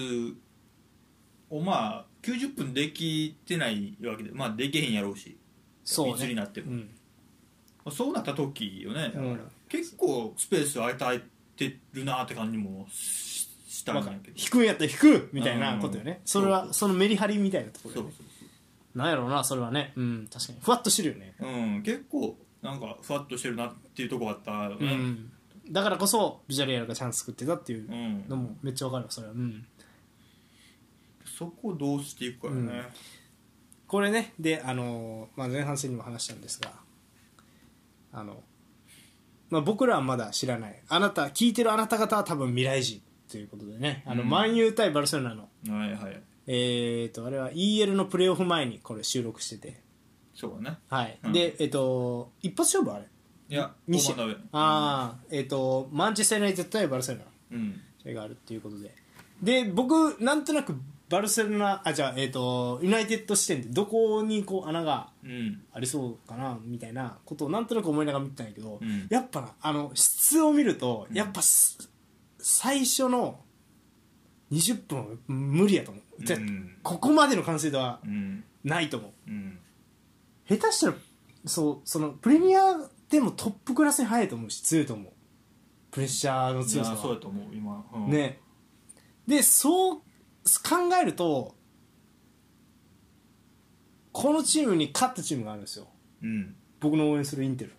Speaker 2: をまあ90分できてないわけでまあできへんやろうし
Speaker 1: そう
Speaker 2: いつに
Speaker 1: ね
Speaker 2: なって
Speaker 1: う
Speaker 2: も、
Speaker 1: ん
Speaker 2: まあそうなった時よね、
Speaker 1: うん
Speaker 2: 結構スペース与えてるなって感じもしした
Speaker 1: わ
Speaker 2: ん
Speaker 1: か
Speaker 2: だ
Speaker 1: る
Speaker 2: けど
Speaker 1: 引くんやったら引くみたいなことよね
Speaker 2: うん
Speaker 1: それ
Speaker 2: そうそ
Speaker 1: は
Speaker 2: う
Speaker 1: そのメリハリみたいなとこ
Speaker 2: そ
Speaker 1: ろ
Speaker 2: う
Speaker 1: よね
Speaker 2: そう
Speaker 1: なんやろうなそれはねうん確かにふわっとしてるよね
Speaker 2: そううん結構なんかふわっとしてるなっていうとこあったよ
Speaker 1: う
Speaker 2: ね
Speaker 1: んだからこそビジャレアルがチャンス作ってたっていう
Speaker 2: うん、
Speaker 1: のもめっちゃわかるわそれはうん
Speaker 2: そこをどうしていくかよね、
Speaker 1: これねであのーまあ前半戦にも話したんですがあのまあ僕らはまだ知らないあなた聞いてるあなた方は多分未来人ということでねあの
Speaker 2: うん
Speaker 1: 万有対バルセロナの
Speaker 2: はいはい
Speaker 1: えっとあれは EL のプレーオフ前にこれ収録してて
Speaker 2: そうだね
Speaker 1: はい
Speaker 2: うん
Speaker 1: でえっと一発勝負あれ
Speaker 2: いや
Speaker 1: 二試合
Speaker 2: 大盤だべ
Speaker 1: ああえっ、とマンチェスター・ユナイテッド対バルセロナ
Speaker 2: うん
Speaker 1: 試合があるっていうことでで僕なんとなくバルセロナあじゃあえっ、とユナイテッド視点でどこにこう穴が
Speaker 2: うん
Speaker 1: ありそうかなみたいなことをなんとなく思いながら見てたんやけど、
Speaker 2: うん
Speaker 1: やっぱなあの質を見ると
Speaker 2: うん
Speaker 1: やっぱす、最初の20分は無理やと思う、じゃ
Speaker 2: うん
Speaker 1: ここまでの完成度は
Speaker 2: うん
Speaker 1: ないと思う
Speaker 2: うん
Speaker 1: 下手したらそうそのプレミアでもトップクラスに速いと思うし強いと思うプレッシャーの
Speaker 2: いや
Speaker 1: 強さ
Speaker 2: そう
Speaker 1: は
Speaker 2: やと思う今、うん、
Speaker 1: ねでそう考えるとこのチームに勝ったチームがあるんですよ
Speaker 2: うん
Speaker 1: 僕の応援するインテル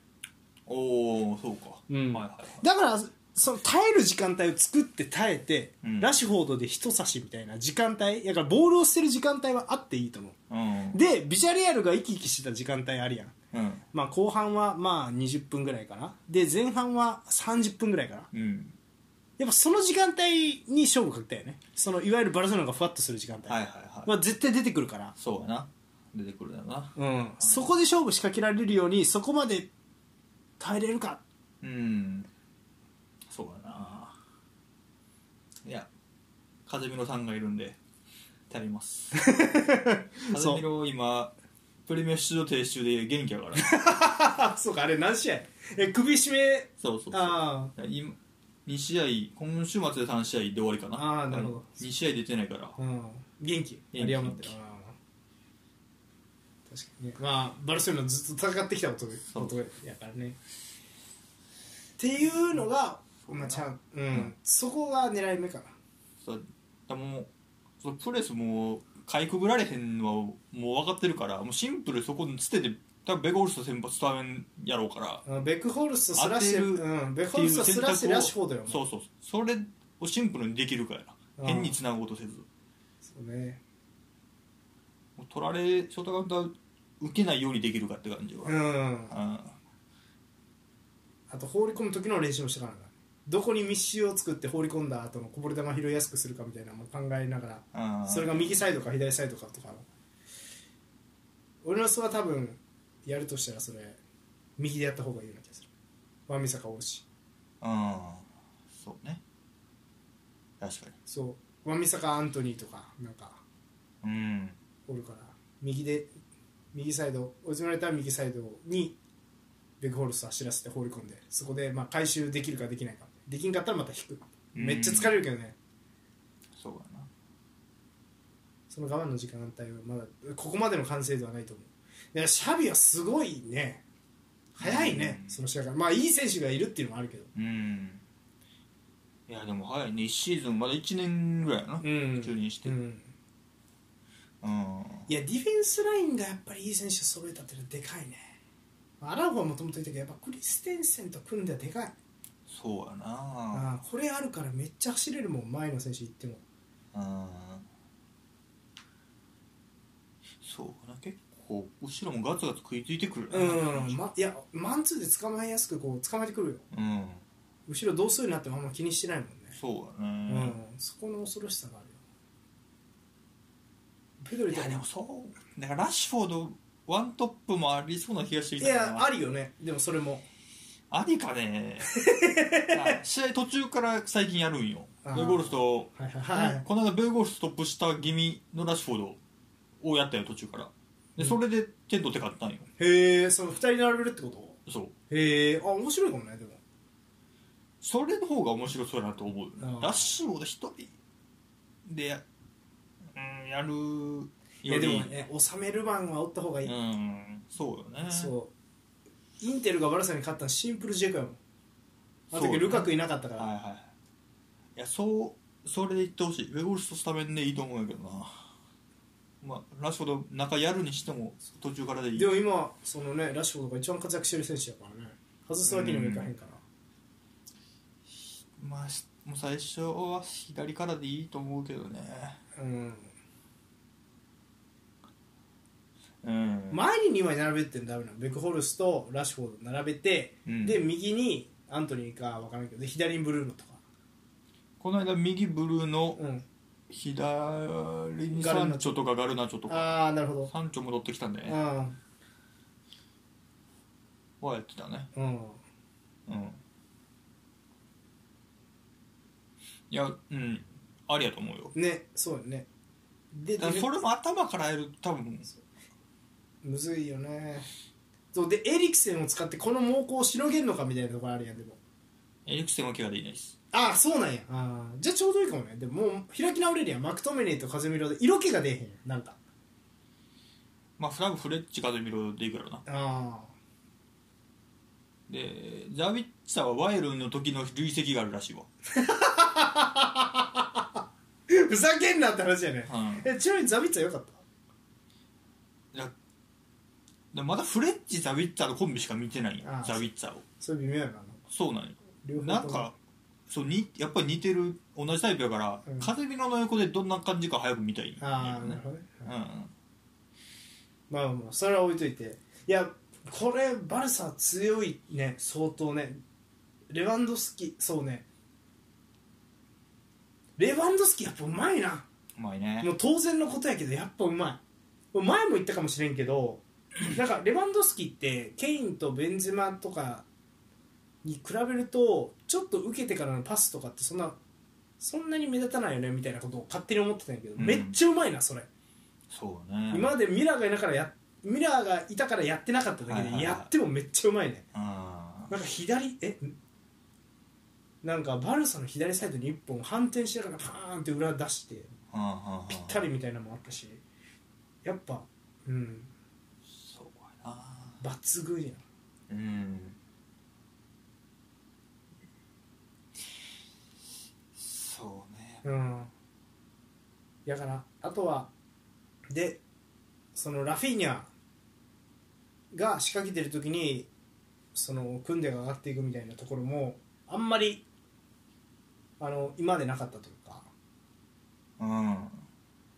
Speaker 2: おおそうか、
Speaker 1: うん
Speaker 2: はいはいはい
Speaker 1: だからその耐える時間帯を作って耐えて、
Speaker 2: うん
Speaker 1: ラッシュフォードで人差しみたいな時間帯だからボールを捨てる時間帯はあっていいと思う
Speaker 2: うん
Speaker 1: でビジャレアルが生き生きしてた時間帯あるやん、
Speaker 2: うん
Speaker 1: まあ、後半はまあ20分ぐらいかなで前半は30分ぐらいかな
Speaker 2: うん
Speaker 1: やっぱその時間帯に勝負かけたよねそのいわゆるバルセロナがふわっとする時間帯
Speaker 2: はいはいはい
Speaker 1: は絶対出てくるから、
Speaker 2: そうやな出てくるだろうな
Speaker 1: うん、そこで勝負仕掛けられるようにそこまで耐えれるか
Speaker 2: うんそうやないや風見ろさんがいるんで足ります 風見ろ今プレミア出場停止中で元 気やから
Speaker 1: あそうかあれ何試合え首絞め
Speaker 2: そうそうそう
Speaker 1: あ
Speaker 2: 今2試合今週末で3試合で終わりかな
Speaker 1: あーなるほど
Speaker 2: 2試合出てないから
Speaker 1: あうん元気
Speaker 2: 気
Speaker 1: 有り余ってる確かにねまあバルセロナずっと戦ってきた男
Speaker 2: う
Speaker 1: 男やからねっていうのが、まあ、ちゃん、うんそこが狙い目かな
Speaker 2: そうだもうそのプレスもうかいくぐられへんのはもう分かってるからもうシンプル捨てて捨てて多分ベゴールスと先発スタメンやろうから
Speaker 1: うんベックホルスとスラッシ
Speaker 2: 当てる
Speaker 1: ュ、うん、ベック
Speaker 2: って
Speaker 1: ホ
Speaker 2: い
Speaker 1: ル
Speaker 2: う
Speaker 1: スと
Speaker 2: 選
Speaker 1: ス
Speaker 2: 択
Speaker 1: ラッシュラッシュフォードよ
Speaker 2: をそうそうそれをシンプルにできるからや
Speaker 1: うん
Speaker 2: な変につなぐことせず
Speaker 1: そうね
Speaker 2: もう取られショートカウンター受けないようにできるかって感じは、
Speaker 1: うん
Speaker 2: うん
Speaker 1: あと放り込む時の練習もしてからなどこに密集を作って放り込んだ後のこぼれ球拾いやすくするかみたいなのも考えながら
Speaker 2: うん、
Speaker 1: それが右サイドか左サイドかとか俺のスは多分やるとしたらそれ右でやった方がいいような気がするワンミサか多いし
Speaker 2: うんそうね確か
Speaker 1: そうワンミサかアントニーとかなんか
Speaker 2: にうん
Speaker 1: おるから右で右サイド追い詰められたら右サイドにベグホルス走らせて放り込んでそこでまあ回収できるかできないかできんかったらまた引く
Speaker 2: うん
Speaker 1: めっちゃ疲れるけどね
Speaker 2: そうだな
Speaker 1: その我慢の時間帯はまだここまでの完成度はないと思うでシャビはすごいね早いね、
Speaker 2: うん
Speaker 1: その試合からまあいい選手がいるっていうのもあるけど
Speaker 2: うんいやでも早いね1シーズンまだ1年ぐらいやな、
Speaker 1: うん
Speaker 2: 普通にして
Speaker 1: うん
Speaker 2: うん
Speaker 1: いやディフェンスラインがやっぱりいい選手を揃えたっていうのはでかいねアラフォはもともといたけどやっぱクリステンセンと組んではでかい
Speaker 2: そうやな
Speaker 1: ああこれあるからめっちゃ走れるもん前の選手行っても
Speaker 2: うんそうやな結構後ろもガツガツ食いついてくる
Speaker 1: う、
Speaker 2: よなん
Speaker 1: ま、いやマンツーで捕まえやすくこう捕まえてくるよ
Speaker 2: うん
Speaker 1: 後ろ同数になってもあんま気にしてないもんね
Speaker 2: そう
Speaker 1: う
Speaker 2: やね、
Speaker 1: んそこの恐ろしさがあるよペドリ
Speaker 2: い
Speaker 1: とか
Speaker 2: やでもそうだからラッシュフォードワントップもありそうな気がしてき
Speaker 1: い
Speaker 2: たな
Speaker 1: やありよねでもそれも
Speaker 2: ありかねいや試合途中から最近やるんよ
Speaker 1: あー
Speaker 2: ベゴルスと
Speaker 1: はいはいはい
Speaker 2: この間ベーゴルストップした気味のラッシュフォードをやったよ途中からでそれで点取って勝ったんよ
Speaker 1: へえその2人並べるってこと
Speaker 2: そう
Speaker 1: へえあ面白いかもねでも
Speaker 2: それの方が面白そうやなと思うよね
Speaker 1: あー
Speaker 2: ラッシュフォード一人でや,、うん、やるよ
Speaker 1: い
Speaker 2: り
Speaker 1: やでもね収める番はおった方がいい、
Speaker 2: うんそうよね
Speaker 1: そうインテルがバルサに勝ったのシンプルジェコやもんあの
Speaker 2: そう
Speaker 1: 時
Speaker 2: ね
Speaker 1: ルカクいなかったから、
Speaker 2: はいはいいやそうそれでいってほしいベーゴルストスタメンでいいと思うんやけどなまあラッシュフォード中やるにしても途中からでいい
Speaker 1: でも今そのねラッシュフォードが一番活躍してる選手やからね外すわけにもいかへんから、
Speaker 2: まあしもう最初は左からでいいと思うけどね
Speaker 1: うん、
Speaker 2: うん
Speaker 1: 前に2枚並べてんのダメなのベクホルスとラッシュフォード並べて、
Speaker 2: うん
Speaker 1: で右にアントニーか分からんけどで左にブルーノとか、
Speaker 2: この間右ブルーの
Speaker 1: うん、
Speaker 2: 左にサンチョとかガルナチョとか
Speaker 1: ああなるほど
Speaker 2: サンチョ戻ってきたんでね
Speaker 1: あ
Speaker 2: はやってたね
Speaker 1: ーうん
Speaker 2: うんいやうんありやと思うよ
Speaker 1: ねそうよねで
Speaker 2: だからそれも頭からやる多分
Speaker 1: むずいよねそうでエリクセンを使ってこの猛攻をしのげるのかみたいなところあるやんでも
Speaker 2: エリクセンは怪我でいないです
Speaker 1: ああそうなんやあーじゃあちょうどいいかもねでももう開き直れるやんマクトメネーとカゼミロで色気が出えへんやんなんか
Speaker 2: まあフラグフレッチカゼミロでいくやろな
Speaker 1: あ
Speaker 2: でザビッチャーはワイルンの時の累積があるらしいわ
Speaker 1: あ ふざけんなって話やね
Speaker 2: うん
Speaker 1: えちなみにザビッツは良かった
Speaker 2: いやでまだフレッチザビッチャーのコンビしか見てないんや
Speaker 1: あ
Speaker 2: ザビッチャーを
Speaker 1: それ微妙やななんか
Speaker 2: そうなんよ
Speaker 1: 両
Speaker 2: な
Speaker 1: と
Speaker 2: ん
Speaker 1: も
Speaker 2: かそうにやっぱり似てる同じタイプやから、
Speaker 1: うん
Speaker 2: 風邪の横でどんな感じか早く見たいんやけ
Speaker 1: ああ
Speaker 2: ど
Speaker 1: な
Speaker 2: ね
Speaker 1: るほどね
Speaker 2: うん
Speaker 1: まあまあそれは置いといていやこれバルサ強いね相当ねレバンドフスキそうねレバンドフスキやっぱうまいな
Speaker 2: うまいね
Speaker 1: もう当然のことやけどやっぱうまいもう前も言ったかもしれんけどなんかレバンドフスキってケインとベンゼマとかに比べるとちょっと受けてからのパスとかってそんなそんなに目立たないよねみたいなことを勝手に思ってたんやけど、
Speaker 2: うん
Speaker 1: めっちゃうまいなそれ
Speaker 2: そうね
Speaker 1: 今までミラーがいなからやミラーがいたからやってなかっただ
Speaker 2: は
Speaker 1: け
Speaker 2: いはいは
Speaker 1: で
Speaker 2: い
Speaker 1: やってもめっちゃうまいね
Speaker 2: あ
Speaker 1: なんか左えなんかバルサの左サイドに1本反転しながらパーンって裏出して
Speaker 2: ああ
Speaker 1: ぴったりみたいなのもあったしやっぱうん
Speaker 2: そうやな
Speaker 1: 抜群や
Speaker 2: うんそうね
Speaker 1: うんやからあとはでそのラフィーニャが仕掛けてる時にその組んでが上がっていくみたいなところもあんまりあの今までなかったというか
Speaker 2: うん
Speaker 1: あ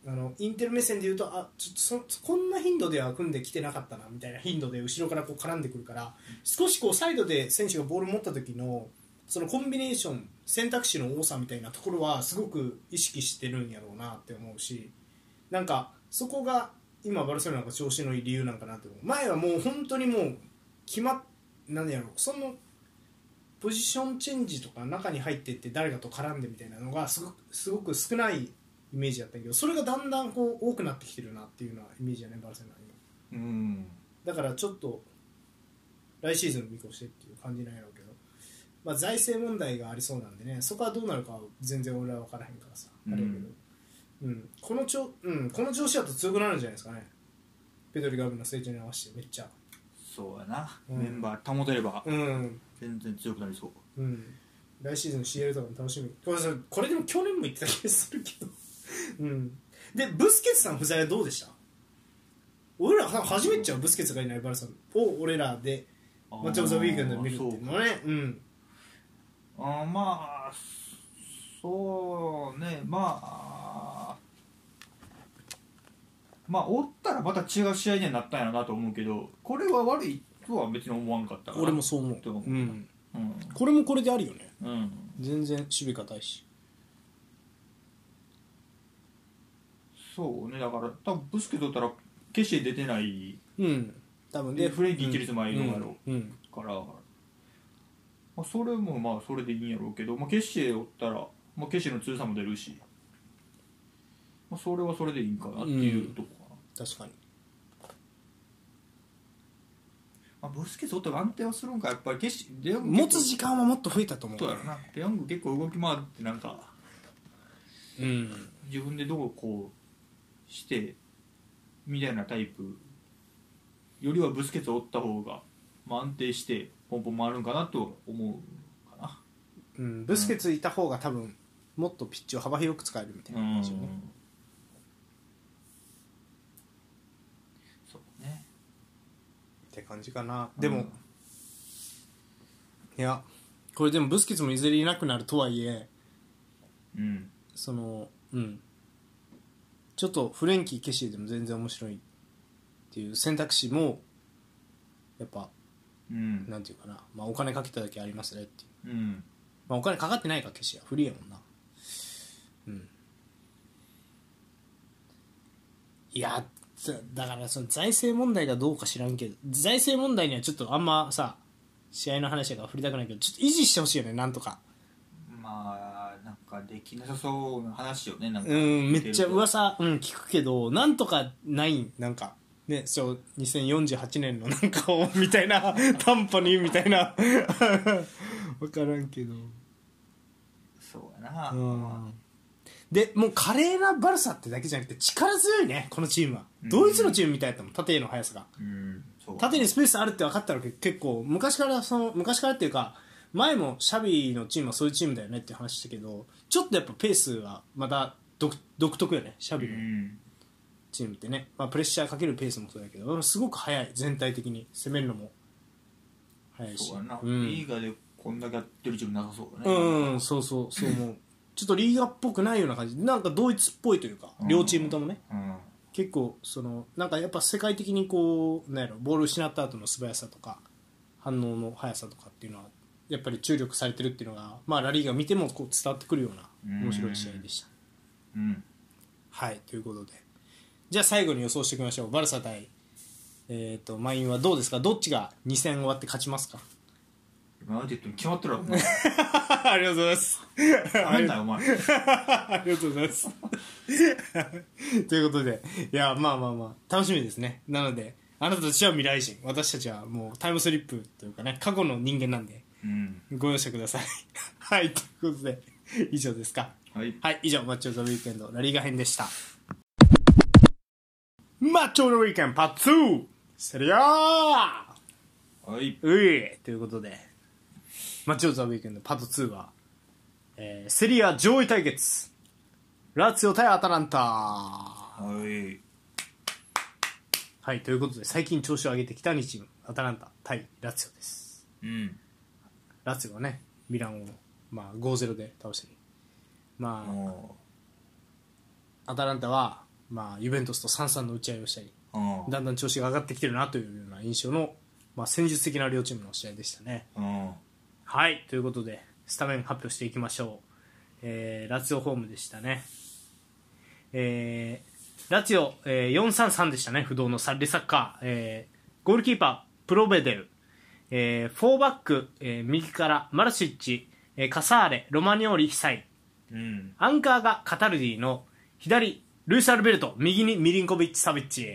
Speaker 1: のインテル目線で言うとあちょっとそこんな頻度では組んできてなかったなみたいな頻度で後ろからこう絡んでくるから少しこうサイドで選手がボール持った時のそのコンビネーション選択肢の多さみたいなところはすごく意識してるんやろうなって思うしなんかそこが今バルセロナが調子のいい理由なんかなって思う前はもう本当にもう決まっなんやろうそのポジションチェンジとか中に入っていって誰かと絡んでみたいなのがすごくすごく少ないイメージだったんやけどそれがだんだんこう多くなってきてるなっていうのはイメージやねバルセロナ今
Speaker 2: うん
Speaker 1: だからちょっと来シーズン見越してっていう感じなんやろうけど、まあ、財政問題がありそうなんでねそこはどうなるかは全然俺は分からへんからさあれやけど、うんこのちょうん、この調子だと強くなるんじゃないですかねペドリ・ガブの成長に合わせてめっちゃ
Speaker 2: そうやな、
Speaker 1: うん
Speaker 2: メンバー保てれば
Speaker 1: うん
Speaker 2: 全然強くなりそう
Speaker 1: うん来シーズン CL とかも楽しみこれそれこれでも去年も言ってた気がするけどうんでブスケツさん不在はどうでした俺らは初めっちゃうブスケツがいないバルサを俺らでマッチョ・オブザ・ウィークエンドで見るっていうのはねうん
Speaker 2: あーまあそうねまあまあおったらまた違う試合にはなったんやろなと思うけどこれは悪いとは別に思わんかったから
Speaker 1: そう思、
Speaker 2: どう思うんうん
Speaker 1: これもこれであるよね
Speaker 2: うん
Speaker 1: 全然守備堅いし
Speaker 2: そうねだから多分ブスケ取ったら決して出てない
Speaker 1: うん多分
Speaker 2: でフレンキーいける人もいるのやろ
Speaker 1: うん、うん
Speaker 2: から、まあ、それもまあそれでいいんやろうけど、まあ、ケシエおったら、まあ、ケシエの強さも出るし、まあ、それはそれでいいんかなっていうとこかな、
Speaker 1: 確かに
Speaker 2: まあ、ブスケツおったら安定はするんかやっぱりケシレオン
Speaker 1: 持つ時間はもっと増えたと思う
Speaker 2: そうやろなレオング結構動き回ってなんか
Speaker 1: うん
Speaker 2: 自分でどうこうしてみたいなタイプよりはブスケツおった方が、まあ、安定してポンポン回るんかなと思うかな
Speaker 1: うん、ブスケツいた方が多分もっとピッチを幅広く使えるみたいな感じよね、
Speaker 2: そうね
Speaker 1: って感じかなでも、いやこれでもブスケツもいずれいなくなるとはいえ
Speaker 2: うん
Speaker 1: そのうんちょっとフレンキー・ケシーでも全然面白いっていう選択肢もやっぱ
Speaker 2: うん
Speaker 1: なんていうかな、まあ、お金かけただけありますねっていう、
Speaker 2: うん
Speaker 1: まあ、お金かかってないかケシーはフリーやもんなうんいやざだからその財政問題がどうか知らんけど財政問題にはちょっとあんまさ試合の話やから振りたくないけどちょっと維持してほしいよねなんとか
Speaker 2: まあなんかできなさそうな話よねなんか
Speaker 1: うんめっちゃ
Speaker 2: 聞いてると
Speaker 1: 噂、うん、聞くけどなんとかないんなんかねそう2048年のなんかをみたいな担保にみたいな 分からんけど
Speaker 2: そうやな、
Speaker 1: うんでもう華麗なバルサってだけじゃなくて力強いねこのチームは
Speaker 2: うん
Speaker 1: ドイツのチームみたいだったもん縦への速さが
Speaker 2: うんそう
Speaker 1: 縦にスペースあるって分かったら結構昔からその昔からっていうか前もシャビのチームはそういうチームだよねっていう話したけどちょっとやっぱペースはまた独独特よねシャ
Speaker 2: う
Speaker 1: ビの
Speaker 2: ん
Speaker 1: チームってね、まあ、プレッシャーかけるペースもそうだけどすごく速い全体的に攻めるのも速いし
Speaker 2: そうやな、
Speaker 1: ん、
Speaker 2: リーガでこんだけやってるチームなさそうだ
Speaker 1: う
Speaker 2: ね、
Speaker 1: んうんそうそう そう思うちょっとリーガっぽくないような感じなんかドイツっぽいというか両チームともね
Speaker 2: うん
Speaker 1: 結構そのなんかやっぱ世界的にこうなんやろボール失った後の素早さとか反応の速さとかっていうのはやっぱり注力されてるっていうのが、まあ、ラリーが見てもこう伝わってくるような面白い試合でした。
Speaker 2: うん
Speaker 1: はいということでじゃあ最後に予想していきましょうバルサ対、えー、とマインはどうですかどっちが2戦終わって勝ちますか
Speaker 2: ユナイテッドに決まってるわお 前
Speaker 1: ありがとうございます
Speaker 2: なんだよお前
Speaker 1: ありがとうございます。 ということで、いや、まあまあまあ、楽しみですね。なので、あなたたちは未来人、私たちはもうタイムスリップというかね、過去の人間なんで、
Speaker 2: うん
Speaker 1: ご容赦ください。 はい、ということで、以上ですか。
Speaker 2: はい
Speaker 1: はい、以上、マッチョ・ザ・ウィークエンド、ラリーガ編でした。マッチョ・ザ・ウィークエンド、パート 2! セリアー
Speaker 2: はい、
Speaker 1: ういということで、マッチオブザウィークエンドパート2は、えーセリア上位対決、ラツィオ対アタランタ。は
Speaker 2: はい、
Speaker 1: い、ということで、最近調子を上げてきた2チーム、アタランタ対ラツィオです。
Speaker 2: うん
Speaker 1: ラツィオはね、ミランを、まあ、5-0で倒してる。
Speaker 2: あ
Speaker 1: ま
Speaker 2: の
Speaker 1: あ、アタランタは、まあ、ユベントスと3-3の打ち合いをしたり、
Speaker 2: あ
Speaker 1: だんだん調子が上がってきてるなというような印象の、まあ、戦術的な両チームの試合でしたね。
Speaker 2: あ
Speaker 1: はい、ということで、スタメン発表していきましょう。えーラツィオホームでしたね。えーラツィオ、えー433でしたね、不動のサッレサッカー。えーゴールキーパー、プロベデル。えーフォーバック、えー右から、マルシッチ、えーカサーレ、ロマニオリ、ヒサイ。
Speaker 2: うん
Speaker 1: アンカーがカタルディの左、ルイス・アルベルト、右にミリンコビッチ・サビッチ。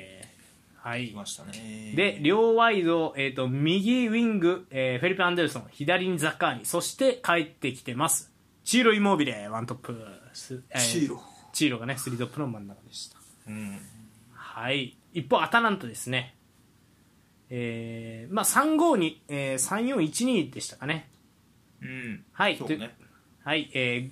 Speaker 1: はい
Speaker 2: 来。ましたね
Speaker 1: で、両ワイド、えっ、と、右ウィング、えーフェリペ・アンデルソン、左にザッカーニ、そして帰ってきてます。チーロ・イモービレ、ワントップ。すえ
Speaker 2: チーロ
Speaker 1: チーロがね、スリートップの真ん中でした。
Speaker 2: うん
Speaker 1: はい。一方、アタランタですね。えー、まあ、352、えー、3412でしたかね。
Speaker 2: うん
Speaker 1: はい
Speaker 2: そうね
Speaker 1: はい、え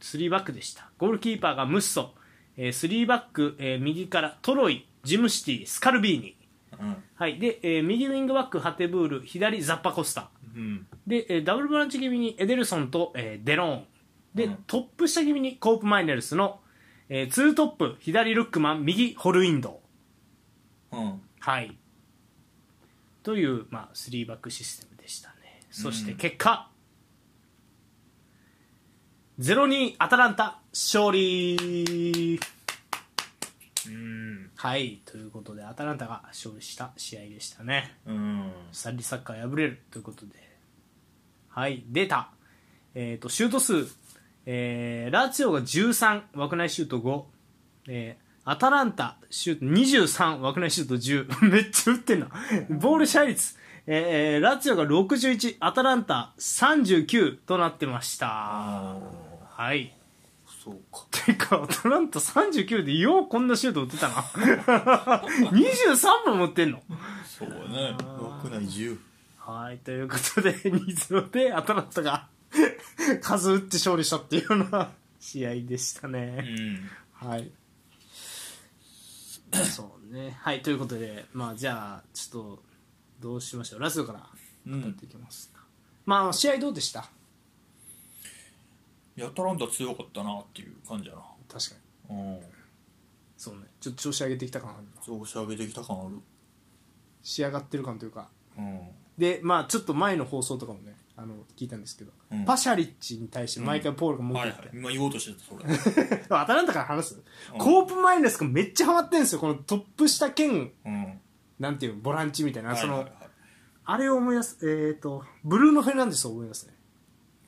Speaker 1: ー、3バックでした。ゴールキーパーがムッソ、えー、3バック、えー右からトロイ、ジムシティ、スカルビーニ。
Speaker 2: うん
Speaker 1: はい、で、えー右ウィングバック、ハテブール、左、ザッパ・コスタ。
Speaker 2: うん
Speaker 1: で、えーダブルブランチ気味にエデルソンと、えーデローン。で、
Speaker 2: うん
Speaker 1: トップ下気味にコープ・マイネルスの、えーツートップ、左、ルックマン、右、ホルインド。
Speaker 2: うん
Speaker 1: はい。という、まあ、3バックシステムでしたね。そして結果、0-2アタランタ勝利
Speaker 2: うん
Speaker 1: はい、ということでアタランタが勝利した試合でしたね。
Speaker 2: うん
Speaker 1: サリサッカー敗れるということで、はい、出た、えー、とシュート数、えーラツィオが13、枠内シュート5、えーアタランタ、シュート23、枠内シュート10、めっ ちゃ打ってんな、ボール支配率、えーえーラツィオが61、アタランタ39となってました。
Speaker 2: あ
Speaker 1: はい
Speaker 2: そうか
Speaker 1: てか、アタランタ39でようこんなシュート打ってたな。23本持ってんの
Speaker 2: そうね6内10
Speaker 1: はい、ということで、2-0でアタランタが数打って勝利したっていうような試合でした
Speaker 2: う
Speaker 1: ね。
Speaker 2: ん
Speaker 1: はい。そうね。はい、ということで、まあじゃあ、ちょっと、どうしましょう。ラストから
Speaker 2: うん
Speaker 1: やっていきますか。まあ、試合どうでした
Speaker 2: やたらんだ強かったなっていう感じやな
Speaker 1: 確かに。
Speaker 2: うん
Speaker 1: そうね。ちょっと調子上げてきた感あるな
Speaker 2: 調子上げてきた感ある
Speaker 1: 仕上がってる感というか。
Speaker 2: うん
Speaker 1: で、まあちょっと前の放送とかもね、あの、聞いたんですけど、
Speaker 2: うん
Speaker 1: パシャリッチに対して毎回ポールが文句
Speaker 2: は
Speaker 1: 言
Speaker 2: い
Speaker 1: っ
Speaker 2: は
Speaker 1: て、
Speaker 2: い今言おうとしてたそれ
Speaker 1: 当たらんだから話す、
Speaker 2: うん
Speaker 1: コープマイナスがめっちゃハマってんですよこのトップ下兼
Speaker 2: うん
Speaker 1: なんていうのボランチみたいな、
Speaker 2: はい
Speaker 1: そ
Speaker 2: はい
Speaker 1: の、
Speaker 2: はい
Speaker 1: あれを思い出すえっ、とブルーノ・フェルナンデスを思い出すね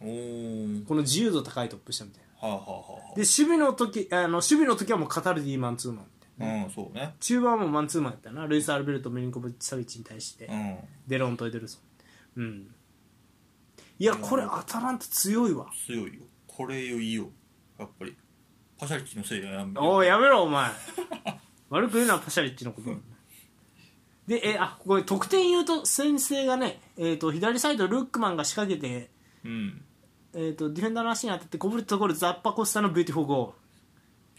Speaker 2: おー
Speaker 1: この自由度高いトップ下みたいな
Speaker 2: はあはあはあ
Speaker 1: で守備の時あの守備の時はもうカタルディマンツーマンみたいな
Speaker 2: うん、そうね。
Speaker 1: 中盤はもうマンツーマンやったなルイス・アルベルト・メリンコブッチ・サビッチに対して、
Speaker 2: うん。
Speaker 1: デロンとエデルソンうんいやこれアタランタ強いわ
Speaker 2: 強いよ。これよ、いいよ。やっぱり。パシャリッチのせいややん。
Speaker 1: おいやめろお前悪く言うなパシャリッチのことでえあこれ得点言うと先制がね、えー、と左サイドルックマンが仕掛けて、
Speaker 2: うん。
Speaker 1: えー、とディフェンダーの足に当たってこぼれたところザッパコスタのビューティフォーゴ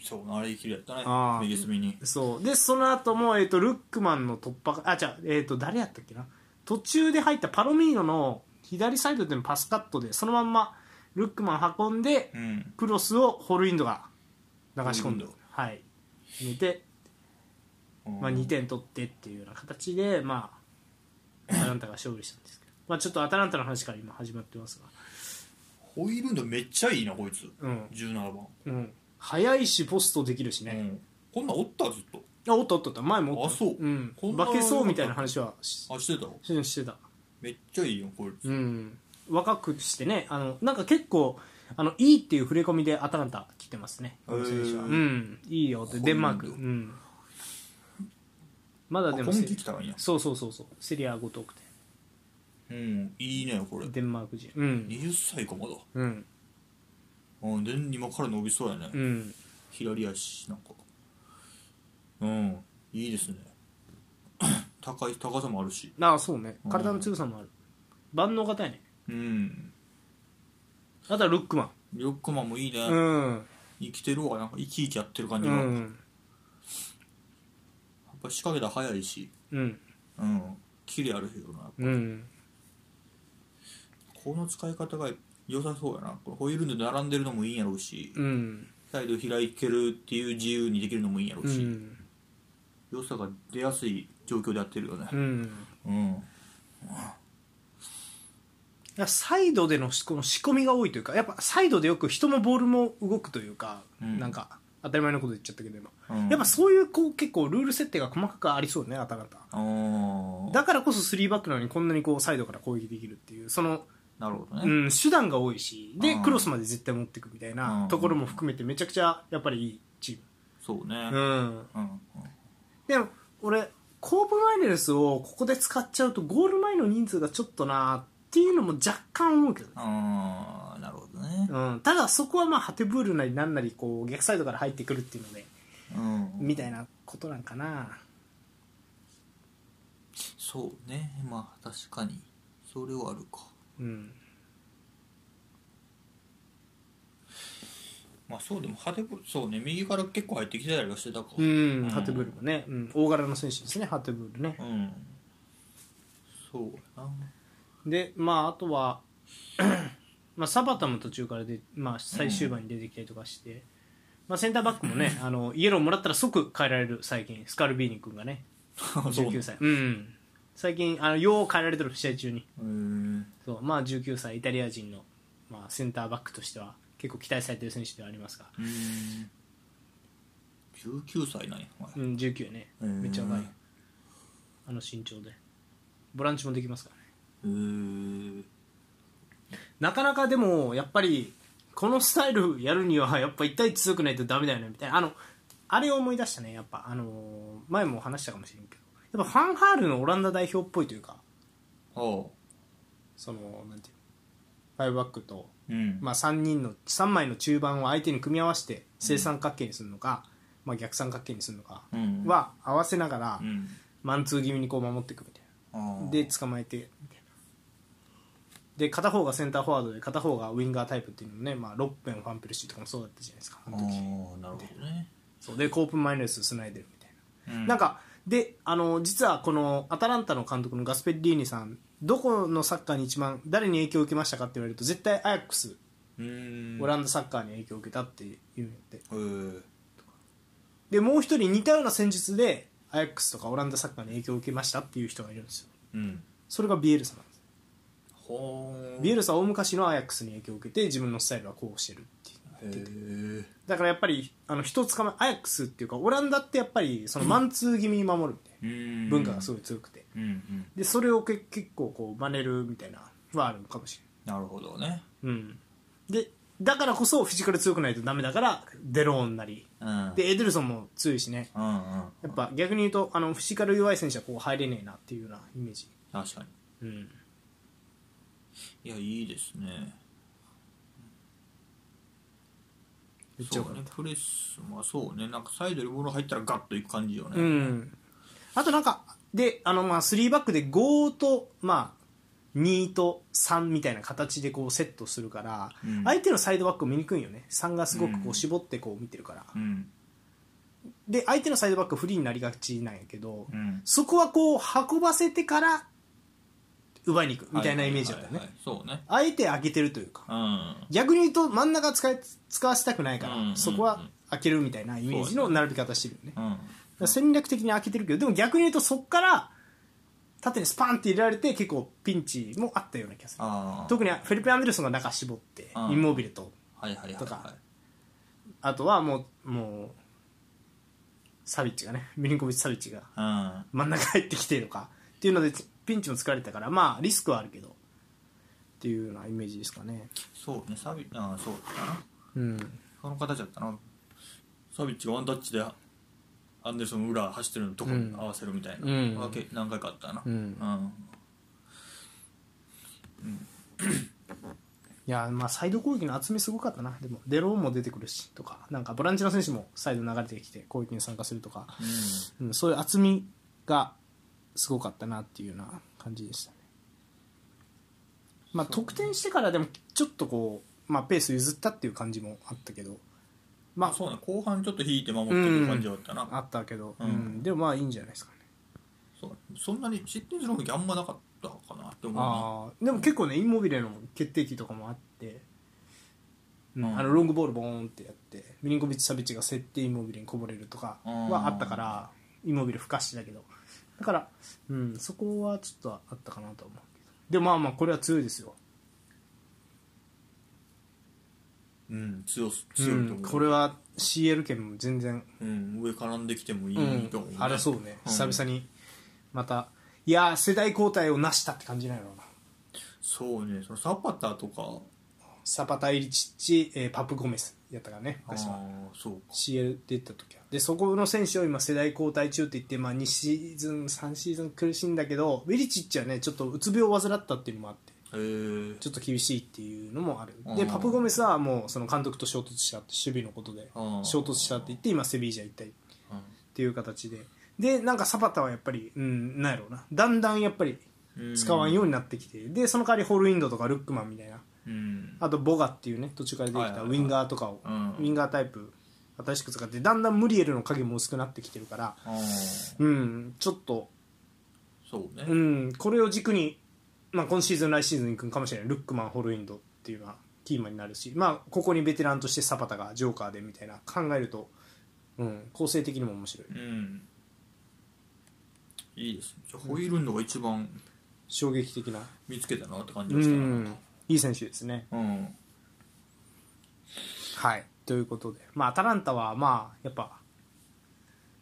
Speaker 2: そう、なりきりやったね
Speaker 1: あー。
Speaker 2: 右隅に
Speaker 1: ー。ルそうでその後も、えー、とルックマンの突破あじゃえー、と誰やったっけな途中で入ったパロミーノの左サイドでのパスカットでそのまんまルックマン運んで、
Speaker 2: うん。
Speaker 1: クロスをホルインドが流し込んで
Speaker 2: ホルインド
Speaker 1: はい決めてまあ、2点取ってっていうような形で、まあ、アタランタが勝利したんですけど、まあ、ちょっとアタランタの話から今始まってますが、
Speaker 2: ホイルンドめっちゃいいなこいつ
Speaker 1: うん
Speaker 2: 17番、
Speaker 1: うん、速いしポストできるし
Speaker 2: う
Speaker 1: ね、
Speaker 2: ん、こんなんおったずっと
Speaker 1: あおったおったおった前もおった
Speaker 2: あそう
Speaker 1: うん、
Speaker 2: こんな
Speaker 1: 化けそうみたいな話はし
Speaker 2: あしてたの
Speaker 1: ししてた、
Speaker 2: めっちゃいいよこいつ、
Speaker 1: うん、若くしてねあのなんか結構あのいいっていう触れ込みでアタランタ来てますねこの選手は、
Speaker 2: へー
Speaker 1: うん、いいよってデンマーク、う
Speaker 2: ほんと
Speaker 1: ん、まだ
Speaker 2: あ
Speaker 1: でも
Speaker 2: 今季来たらいいんや
Speaker 1: そうそうそうそうセリア5得
Speaker 2: うんいいねこれ
Speaker 1: 点デンマーク人うん
Speaker 2: 20歳かまだ
Speaker 1: うん
Speaker 2: うんで今から伸びそうやね、
Speaker 1: うん
Speaker 2: 左足なんかうんいいですね 高い高さもあるし
Speaker 1: ああそうね
Speaker 2: うん
Speaker 1: 体の強さもある、万能型やね
Speaker 2: うん
Speaker 1: あとはルックマ
Speaker 2: リョックマンもいいね、
Speaker 1: ンうん
Speaker 2: 生きてるわなんか生き生きやってる感
Speaker 1: う
Speaker 2: じが、やっ
Speaker 1: ん
Speaker 2: ぱ仕掛けたら早いし
Speaker 1: うん
Speaker 2: うんキレあるよな
Speaker 1: うん
Speaker 2: この使い方が良さそうやなこれホイールンで並んでるのもいいんやろうし
Speaker 1: うん
Speaker 2: サイド開けるっていう自由にできるのもいいんやろう
Speaker 1: う
Speaker 2: し、
Speaker 1: ん
Speaker 2: 良さが出やすい状況でやってるよね
Speaker 1: うん
Speaker 2: うん
Speaker 1: いやサイドでのしこの仕込みが多いというかやっぱサイドでよく人もボールも動くというか、
Speaker 2: うん
Speaker 1: なんか当たり前のこと言っちゃったけど今、
Speaker 2: うん
Speaker 1: やっぱそういうこう結構ルール設定が細かくありそうねアタランタ
Speaker 2: あー
Speaker 1: だからこそ3バックなのにこんなにこうサイドから攻撃できるっていうその、
Speaker 2: なるほど
Speaker 1: う
Speaker 2: ね
Speaker 1: ん、手段が多いしで
Speaker 2: うん
Speaker 1: クロスまで絶対持っていくみたいな
Speaker 2: うん
Speaker 1: ところも含めてめちゃくちゃやっぱりいいチ
Speaker 2: そうね
Speaker 1: ーム、うん、
Speaker 2: うんうん
Speaker 1: でも俺コープマイネルスをここで使っちゃうとゴール前の人数がちょっとなっていうのも若干思うけどね
Speaker 2: ああなるほどね
Speaker 1: うん、ただそこはまあハテブールなりなんなりこう逆サイドから入ってくるっていうので
Speaker 2: うん
Speaker 1: みたいなことなんかな
Speaker 2: そうねまあ確かにそれはあるか
Speaker 1: うん
Speaker 2: まあそうでもハテブそうね右から結構入ってきてたりはしてたか
Speaker 1: うんハテブールもね、うん、大柄の選手ですねハテブールね
Speaker 2: うんそうやな
Speaker 1: でまああとは まあサバタも途中からで、まあ、最終盤に出てきたりとかして、まあ、センターバックもねあのイエローもらったら即変えられる最近スカルビーニ君がね
Speaker 2: そう
Speaker 1: 19歳うん最近あのよう変えられてる試合中に
Speaker 2: へー
Speaker 1: そうまあ、19歳イタリア人の、まあ、センターバックとしては結構期待されてる選手ではありますが、
Speaker 2: うん19歳なんやお前
Speaker 1: うん、19やね
Speaker 2: うん
Speaker 1: めっちゃ若いあの身長でボランチもできますからね
Speaker 2: へー
Speaker 1: なかなかでもやっぱりこのスタイルやるにはやっぱ1対1強くないとダメだよねみたいなあのあれを思い出したねやっぱあのー前も話したかもしれんけどやっぱファンハールのオランダ代表っぽいというか
Speaker 2: ああ
Speaker 1: そのなんていうのファイブバックと
Speaker 2: うん
Speaker 1: まあ、3, 人の3枚の中盤を相手に組み合わせて正三角形にするのか、まあ、逆三角形にするのか
Speaker 2: うん
Speaker 1: は合わせながら
Speaker 2: うん
Speaker 1: マンツー気味にこう守っていくみたい
Speaker 2: ああ
Speaker 1: なで捕まえてみたいなで片方がセンターフォワードで片方がウィンガータイプっていうのもね、まあ、ロッペンファンペルシーとかもそうだったじゃないですかあ
Speaker 2: ああ
Speaker 1: の時
Speaker 2: なるほどね
Speaker 1: そうでコープンマイナススナイデルみたいな
Speaker 2: うん
Speaker 1: なんかであの実はこのアタランタの監督のガスペッリーニさんどこのサッカーに一番誰に影響を受けましたかって言われると絶対アヤックス
Speaker 2: うん
Speaker 1: オランダサッカーに影響を受けたっていうんやって
Speaker 2: へー
Speaker 1: でもう一人似たような戦術でアヤックスとかオランダサッカーに影響を受けましたっていう人がいるんですよ
Speaker 2: うん
Speaker 1: それがビエルサなんです
Speaker 2: ほー
Speaker 1: ビエルサは大昔のアヤックスに影響を受けて自分のスタイルはこうしてるっていう
Speaker 2: へー
Speaker 1: だからやっぱりあの人を捕まえアヤックスっていうかオランダってやっぱりそのマンツー気味に守るみたい
Speaker 2: うん
Speaker 1: な文化がすごい強くて
Speaker 2: うんうん
Speaker 1: でそれをけ結構こう真似るみたいなのはあるのかもし
Speaker 2: なるほど
Speaker 1: れ
Speaker 2: ね
Speaker 1: ない、うん、でだからこそフィジカル強くないとダメだからデローンなり
Speaker 2: うん
Speaker 1: でエデルソンも強いしね
Speaker 2: うんうん
Speaker 1: やっぱ逆に言うとあのフィジカル弱い選手はこう入れねえなっていうようなイメージ
Speaker 2: 確かに
Speaker 1: うん
Speaker 2: いやいいですね
Speaker 1: めっちゃ
Speaker 2: そ
Speaker 1: 良か
Speaker 2: う
Speaker 1: った
Speaker 2: ねプレスまあそうねなんかサイドにボール入ったらガッといく感じよね
Speaker 1: うんあとなんかであのまあ3バックで5とまあ2と3みたいな形でこうセットするから、
Speaker 2: うん
Speaker 1: 相手のサイドバックを見にくいよね3がすごく
Speaker 2: う
Speaker 1: こ
Speaker 2: ん
Speaker 1: う絞ってこう見てるから、
Speaker 2: うん
Speaker 1: で相手のサイドバックフリーになりがちなんやけど、
Speaker 2: うん
Speaker 1: そこはこう運ばせてから奪いに行くみたいなイメージだったよね、
Speaker 2: はいはいはいはいそうね
Speaker 1: あえて上げてるというか
Speaker 2: うん
Speaker 1: 逆に言うと真ん中使い使わせたくないから、
Speaker 2: うん
Speaker 1: そこは開けるみたいなイメージの並び方してるよね、
Speaker 2: うん
Speaker 1: ら戦略的に開けてるけどでも逆に言うとそこから縦にスパンって入れられて結構ピンチもあったような気がする
Speaker 2: ああ
Speaker 1: 特にフェリペ・アンデルソンが中絞って
Speaker 2: あー
Speaker 1: インモービルと
Speaker 2: はいはいはい
Speaker 1: と
Speaker 2: は
Speaker 1: かあとはもうもうサビッチがねミリンコビッチ・サビッチが
Speaker 2: いうん
Speaker 1: 真ん中入ってきてとかっていうのでピンチも疲れてたからまあリスクはあるけどっていうようなイメージですかね
Speaker 2: そうねサビああそうだな
Speaker 1: うん
Speaker 2: その形だったなサビッチがワンタッチでアンデルソンの裏走ってるのとこに合わせるみたいな、
Speaker 1: うん
Speaker 2: わけ何回かあったな
Speaker 1: うん
Speaker 2: うん
Speaker 1: いやまあサイド攻撃の厚みすごかったなでもデローンも出てくるしとかなんかボランチの選手もサイド流れてきて攻撃に参加するとか、うん、そういう厚みがすごかったなっていうような感じでしたねまあ得点してからでもちょっとこう、まあ、ペース譲ったっていう感じもあったけどまあ
Speaker 2: そうね後半ちょっと引いて守ってる感じはあったな、
Speaker 1: あったけど、
Speaker 2: う
Speaker 1: うんんでもまあいいんじゃないですかね
Speaker 2: そうそんなに失点する雰囲気あんまなかったかなって思うな
Speaker 1: ああでも結構ねインモビレの決定機とかもあって、うん
Speaker 2: うん
Speaker 1: あのロングボールボーンってやってミリンコビッチ・サビッチが競ってインモビレにこぼれるとかはあったからインモビレふかしてたけどだから、うん、そこはちょっとあったかなとは思うけどでもまあまあこれは強いですよ、
Speaker 2: うん強す
Speaker 1: う
Speaker 2: 強いと思う、
Speaker 1: ん、これは CL 圏も全然、
Speaker 2: うん、上絡んできてもいい
Speaker 1: うん
Speaker 2: と思う、ね、
Speaker 1: 争うね
Speaker 2: うん
Speaker 1: 久々にまたいやー世代交代を成したって感じなのかな
Speaker 2: そうねそのサパタとか
Speaker 1: サパタイリチッチ、えーパプゴメスやったからね
Speaker 2: ああ
Speaker 1: 昔は
Speaker 2: ーそうか
Speaker 1: CL 出た時はでそこの選手を今世代交代中って言って、まあ、2シーズン3シーズン苦しいんだけどウィリチッチはねちょっとうつ病を患ったっていうのもあって
Speaker 2: へえ
Speaker 1: ちょっと厳しいっていうのもある
Speaker 2: う
Speaker 1: で
Speaker 2: ん
Speaker 1: パプゴメスはもうその監督と衝突したって守備のことで
Speaker 2: うん
Speaker 1: 衝突したって言って今セビージャ行ったりっ
Speaker 2: うん
Speaker 1: ていう形ででなんかサパタはやっぱりうんなんやろうなだんだんやっぱり使わんようになってきて、でその代わりホールインドとかルックマンみたいな
Speaker 2: うん
Speaker 1: あとボガっていうね途中から出て
Speaker 2: はい
Speaker 1: き
Speaker 2: は
Speaker 1: た
Speaker 2: い
Speaker 1: ウ
Speaker 2: はい
Speaker 1: ィンガーとかを、
Speaker 2: うん
Speaker 1: ウィンガータイプ新しく使ってだんだんムリエルの影も薄くなってきてるから
Speaker 2: あー
Speaker 1: うんちょっと、
Speaker 2: そうね、
Speaker 1: うん、これを軸に、まあ、今シーズン来シーズンに行くかもしれないルックマンホルインドっていうのはキーマンになるし、まあ、ここにベテランとしてサパタがジョーカーでみたいな考えると、うん、構成的にも面白い
Speaker 2: うんいいですねじゃあホイールンドが一番
Speaker 1: 衝撃的な、
Speaker 2: 見つけたなって感じ
Speaker 1: う、
Speaker 2: がしたなん
Speaker 1: いい選手ですね。
Speaker 2: うん
Speaker 1: はい、ということで、まあ、アタランタは、まあ、やっぱ、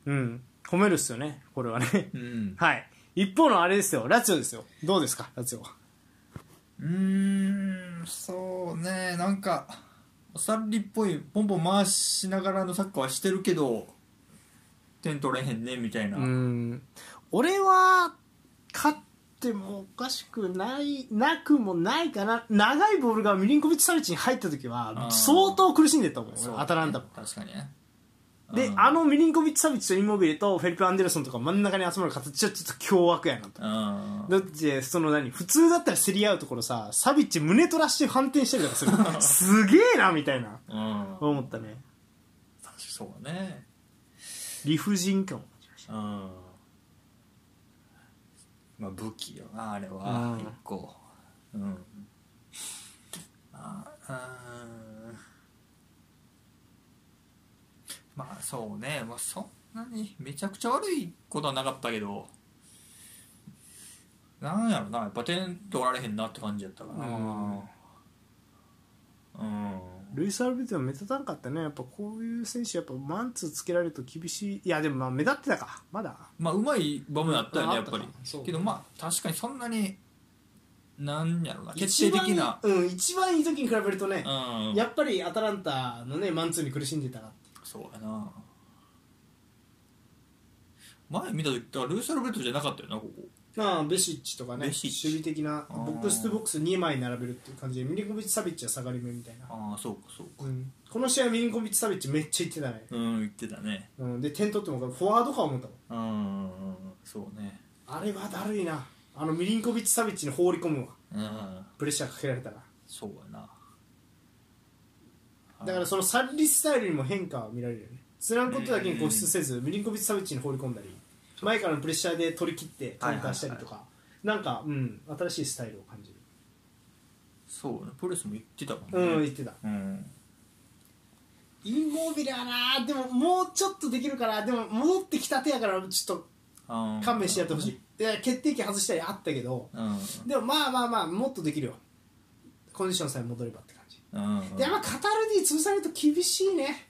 Speaker 1: うん、褒めるっすよね、これはね。
Speaker 2: うん
Speaker 1: はい。一方のあれですよ、ラチオですよ。どうですか、ラチオは。
Speaker 2: うーんそうねなんかおさりっぽいポンポン回しながらのサッカーはしてるけど点取れへんねみたいな、
Speaker 1: うん。俺は、勝ってもおかしくない、なくもないかな。長いボールがミリンコビッチ・サビッチに入った時
Speaker 2: あ
Speaker 1: は、
Speaker 2: ー
Speaker 1: 相当苦しんでたもん、
Speaker 2: そう
Speaker 1: アタランタも。
Speaker 2: 確かにね
Speaker 1: で、
Speaker 2: うん
Speaker 1: あのミリンコビッチ・サビッチとインモビレとフェリペ・アンデルソンとか真ん中に集まる形はちょっと凶悪やなと。
Speaker 2: うん
Speaker 1: だってその何普通だったら競り合うところさサビッチ胸取らして反転したりとかする すげえなみたいな
Speaker 2: うん
Speaker 1: 思ったね
Speaker 2: 確かにそうね
Speaker 1: 理不尽感を感じまし
Speaker 2: うんまあ武器よなあれは
Speaker 1: うん
Speaker 2: 一個うんまあうんまあそうねまあそんなにめちゃくちゃ悪いことはなかったけどなんやろなやっぱ点取られへんなって感じやったかな
Speaker 1: うん
Speaker 2: うん
Speaker 1: たルイス・アルビートは目立たんかったねやっぱこういう選手やっぱマンツーつけられると厳しいいやでもまあ目立ってたかまだ
Speaker 2: まあうまい場面あったよねやっぱり
Speaker 1: そう
Speaker 2: けどまあ確かにそんなになんやろな決定的な
Speaker 1: 一番いいうん一番いい時に比べるとね、
Speaker 2: うん
Speaker 1: やっぱりアタランタのねマンツーに苦しんでたな
Speaker 2: そうやな前見た時だからルーサルベルトじゃなかったよなここ
Speaker 1: まあベシッチとかね
Speaker 2: ベシッ
Speaker 1: 守
Speaker 2: チ
Speaker 1: 備的な
Speaker 2: あー
Speaker 1: ボックスとボックス2枚並べるっていう感じでミリンコビッチ・サビッチは下がり目みたいな
Speaker 2: ああそうかそう
Speaker 1: う
Speaker 2: か
Speaker 1: んこの試合ミリンコビッチ・サビッチめっちゃいってたね、
Speaker 2: うん言ってたね
Speaker 1: うん、で点取ってもフォワードか思ったもん
Speaker 2: うんそうね
Speaker 1: あれはだるいなあのミリンコビッチ・サビッチに放り込むわ
Speaker 2: うん
Speaker 1: プレッシャーかけられたら
Speaker 2: そうやな
Speaker 1: だからそのサッリスタイルにも変化は見られるよねつらんことだけに固執せず、ミリンコビッチ・サビッチに放り込んだり前からのプレッシャーで取り切ってカウンターしたりとか、なんか、うん、新しいスタイルを感じる
Speaker 2: そうねプレスも言ってたもん
Speaker 1: うん
Speaker 2: ね
Speaker 1: 言ってた
Speaker 2: うん
Speaker 1: インモービルはなでももうちょっとできるからでも戻ってきたてやからちょっと
Speaker 2: うん
Speaker 1: 勘弁してやってほしい、いや決定機外したりあったけど
Speaker 2: うん
Speaker 1: でもまあまあまあもっとできるよコンディションさえ戻ればって感じ、
Speaker 2: うん
Speaker 1: でやっぱカタルディ潰されると厳しいね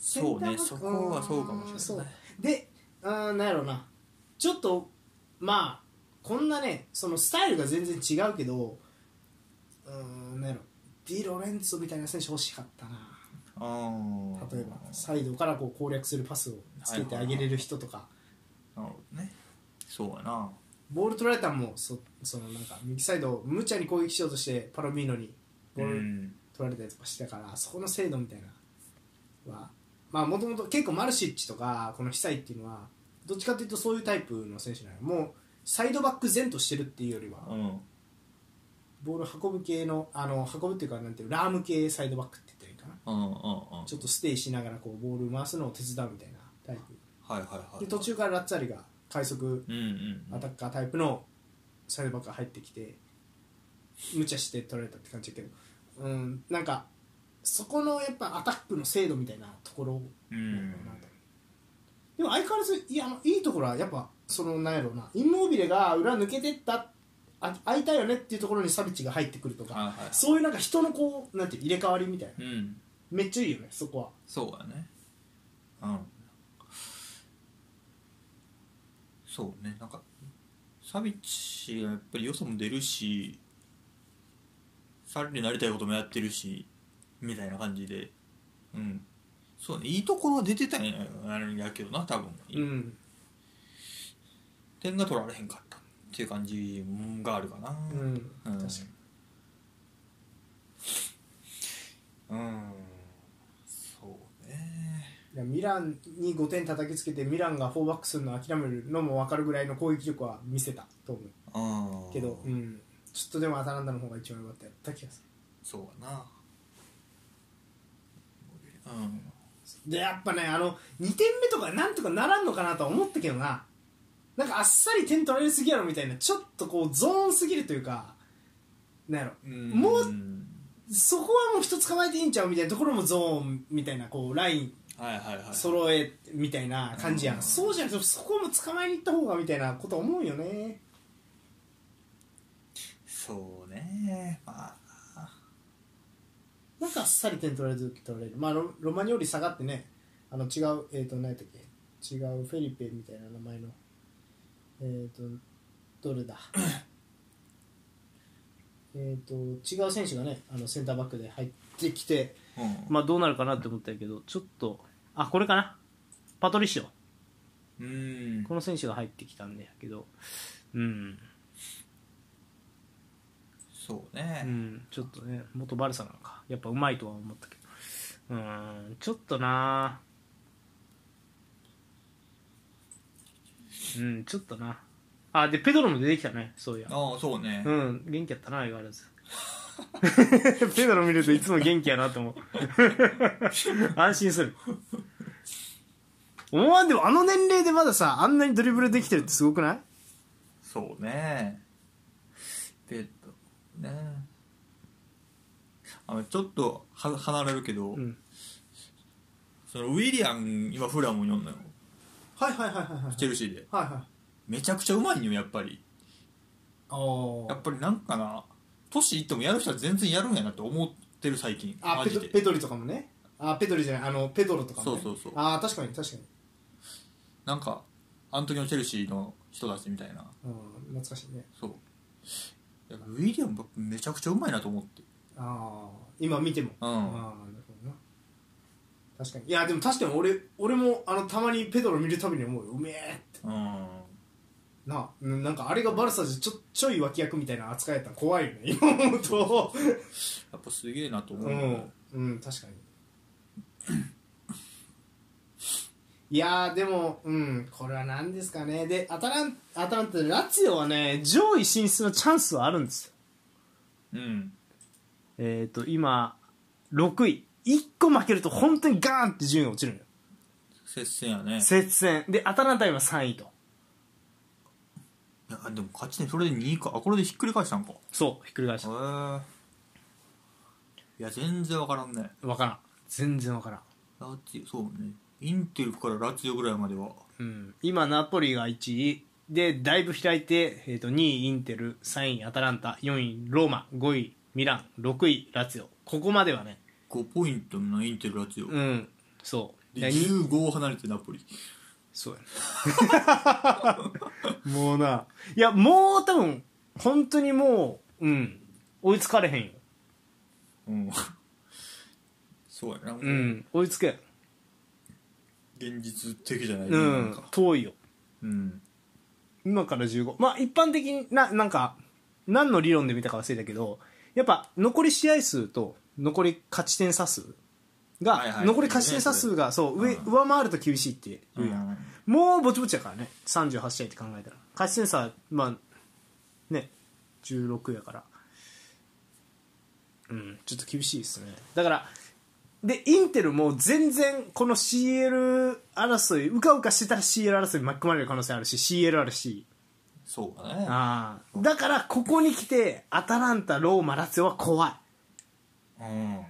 Speaker 2: そう
Speaker 1: センターバッ
Speaker 2: ね
Speaker 1: ク
Speaker 2: そこはそうかもしれない
Speaker 1: んそうであなんやろうなちょっとまあこんなねそのスタイルが全然違うけどうーんなんやろディ・ロレンツォみたいな選手欲しかったな
Speaker 2: あー
Speaker 1: 例えばサイドからこう攻略するパスをつけてあげれる人とか、
Speaker 2: なるほどねそうやな
Speaker 1: ボール取られたんもそそのなんか右サイドを無茶に攻撃しようとしてパロミーノにボ
Speaker 2: う
Speaker 1: ール
Speaker 2: ん
Speaker 1: 取られたりとかしてたからそこの精度みたいなはまあもともと結構マルシッチとかこの被災っていうのはどっちかというとそういうタイプの選手なのよもうサイドバック前としてるっていうよりは
Speaker 2: うん
Speaker 1: ボール運ぶ系のあの運ぶっていうかなんていうのラーム系サイドバックって言ったらいいかな
Speaker 2: うんうんうん
Speaker 1: ちょっとステイしながらこうボール回すのを手伝うみたいなタイプ
Speaker 2: はいはいはい
Speaker 1: で途中からラッツァリが快速
Speaker 2: うんうん
Speaker 1: アタッカータイプのサイドバックが入ってきて無茶して取られたって感じだけどうんなんかそこのやっぱアタックの精度みたいなところ
Speaker 2: うん
Speaker 1: でも相変わらずいやあのいいところはやっぱそのなんやろうなインモービレが裏抜けてったあ空いたよねっていうところにサビッチが入ってくるとか、
Speaker 2: はいはいはい
Speaker 1: そういうなんか人のこうなんていう入れ替わりみたいな
Speaker 2: うん
Speaker 1: めっちゃいいよねそこは
Speaker 2: そうやねうんそうねなんかサビッチがやっぱり良さも出るし彼になりたいこともやってるしみたいな感じでうんそうねいいところは出てたんやあれやけどな多分、
Speaker 1: うん
Speaker 2: 点が取られへんかったっていう感じがあるかな
Speaker 1: うん、
Speaker 2: うん
Speaker 1: 確かに
Speaker 2: うんそうね
Speaker 1: いやミランに5点叩きつけてミランが4バックするのを諦めるのも分かるぐらいの攻撃力は見せたと思う
Speaker 2: ああ
Speaker 1: けど、うん、ちょっとでもアタランダの方が一番良かったやった気がす
Speaker 2: そうやなうん
Speaker 1: るでやっぱねあの2点目とかなんとかならんのかなとは思ったけどななんかあっさり点取られすぎやろみたいなちょっとこうゾーンすぎるというかなんやろもうそこはもう人捕まえていいんちゃうみたいなところもゾーンみたいなこうライン
Speaker 2: はいはいはい
Speaker 1: 揃えみたいな感じやん、
Speaker 2: うん
Speaker 1: そうじゃなくてそこはもう捕まえに行った方がみたいなこと思うよね
Speaker 2: そうねまあ
Speaker 1: なんかあっさり点取られる時取られる、まあ、ロロマニオリ下がってねあの違うえっ、ー、と何やったっけ違うフェリペみたいな名前のえっ、ー、とどれだ えっと違う選手がねあのセンターバックで入ってきて
Speaker 2: うん
Speaker 1: まあどうなるかなって思ったけどちょっとあこれかなパトリッシオ
Speaker 2: うん
Speaker 1: この選手が入ってきたんだけどうん、
Speaker 2: そうね
Speaker 1: うん、ちょっとね元バルサなのかやっぱうまいとは思ったけどうんちょっとなうんちょっとなあでペドロも出てきたねそういや
Speaker 2: ああそうね
Speaker 1: うん元気やったな相変わ らずペドロ見るといつも元気やなと思う安心する思わんでもあの年齢でまださあんなにドリブルできてるってすごくない
Speaker 2: そうねベッドねあのちょっとは離れるけど、
Speaker 1: うん
Speaker 2: そのウィリアン今フラムにおんのよ
Speaker 1: はいはいはいはいはい
Speaker 2: チェルシーで
Speaker 1: はいはい
Speaker 2: めちゃくちゃうまいんよやっぱり
Speaker 1: お
Speaker 2: やっぱりなんかな年いってもやる人は全然やるんやなって思ってる最近
Speaker 1: あ
Speaker 2: マ
Speaker 1: ペ
Speaker 2: ジ
Speaker 1: ド
Speaker 2: で
Speaker 1: ペドリとかもねあペドリじゃないあのペドロとかも、ね、
Speaker 2: そうそうそう
Speaker 1: あー確かに確かに、
Speaker 2: なんかアントニオ・チェルシーの人たちみたいな
Speaker 1: うん、懐かしいね
Speaker 2: そういやウィリアムめちゃくちゃうまいなと思って
Speaker 1: ああ今見ても、
Speaker 2: うん
Speaker 1: ああなるほどな確かにいやでも確かに俺俺もあのたまにペドロ見るたびに思うようめえって
Speaker 2: うん
Speaker 1: なあうんなんかあれがバルサじゃちょちょい脇役みたいな扱いやったら怖いよね今思うと
Speaker 2: やっぱすげえなと思
Speaker 1: う
Speaker 2: う、
Speaker 1: ん、うん、確かにいやーでも、うん、これは何ですかねでアタランアタランタでラツィオはね上位進出のチャンスはあるんですよ
Speaker 2: うん
Speaker 1: えっ、と今6位1個負けると本当にガーンって順位が落ちるのよ
Speaker 2: 接戦やね
Speaker 1: 接戦でアタランタ今3位と
Speaker 2: いやでも勝ち点それで2位かあこれでひっくり返したんかへ
Speaker 1: そうひっくり返した
Speaker 2: えいや全然分からんね
Speaker 1: 分からん全然わからん、
Speaker 2: ラチそうねインテルからラチオぐらいまでは
Speaker 1: うん、今ナポリが1位でだいぶ開いて、えー、と2位インテル3位アタランタ4位ローマ5位ミラン6位ラツィオここまではね
Speaker 2: 5ポイントのインテルラチオ、
Speaker 1: うんそういや
Speaker 2: で
Speaker 1: に
Speaker 2: 15離れてナポリ
Speaker 1: そうや ねもうないやもう多分本当にもううん追いつかれへんよ
Speaker 2: うん そうや
Speaker 1: う
Speaker 2: な、
Speaker 1: ん追いつけ
Speaker 2: 現実的じゃない、
Speaker 1: う
Speaker 2: なん
Speaker 1: ん
Speaker 2: か
Speaker 1: 遠いよ
Speaker 2: うん
Speaker 1: 今から15まあ一般的にななんか何の理論で見たか忘れたけどやっぱ残り試合数と残り勝ち点差数が、
Speaker 2: はいはい
Speaker 1: 残り勝ち点差数がそう上,、
Speaker 2: うん
Speaker 1: 上回ると厳しいって言うやん、もうぼちぼちやからね38試合って考えたら勝ち点差まあね16やからうんちょっと厳しいですねだからでインテルも全然この CL 争いうかうかしてたら CL 争いに巻き込まれる可能性あるし CL あるし
Speaker 2: そうだね
Speaker 1: ああだからここに来てアタランタローマラツィオは怖い
Speaker 2: うん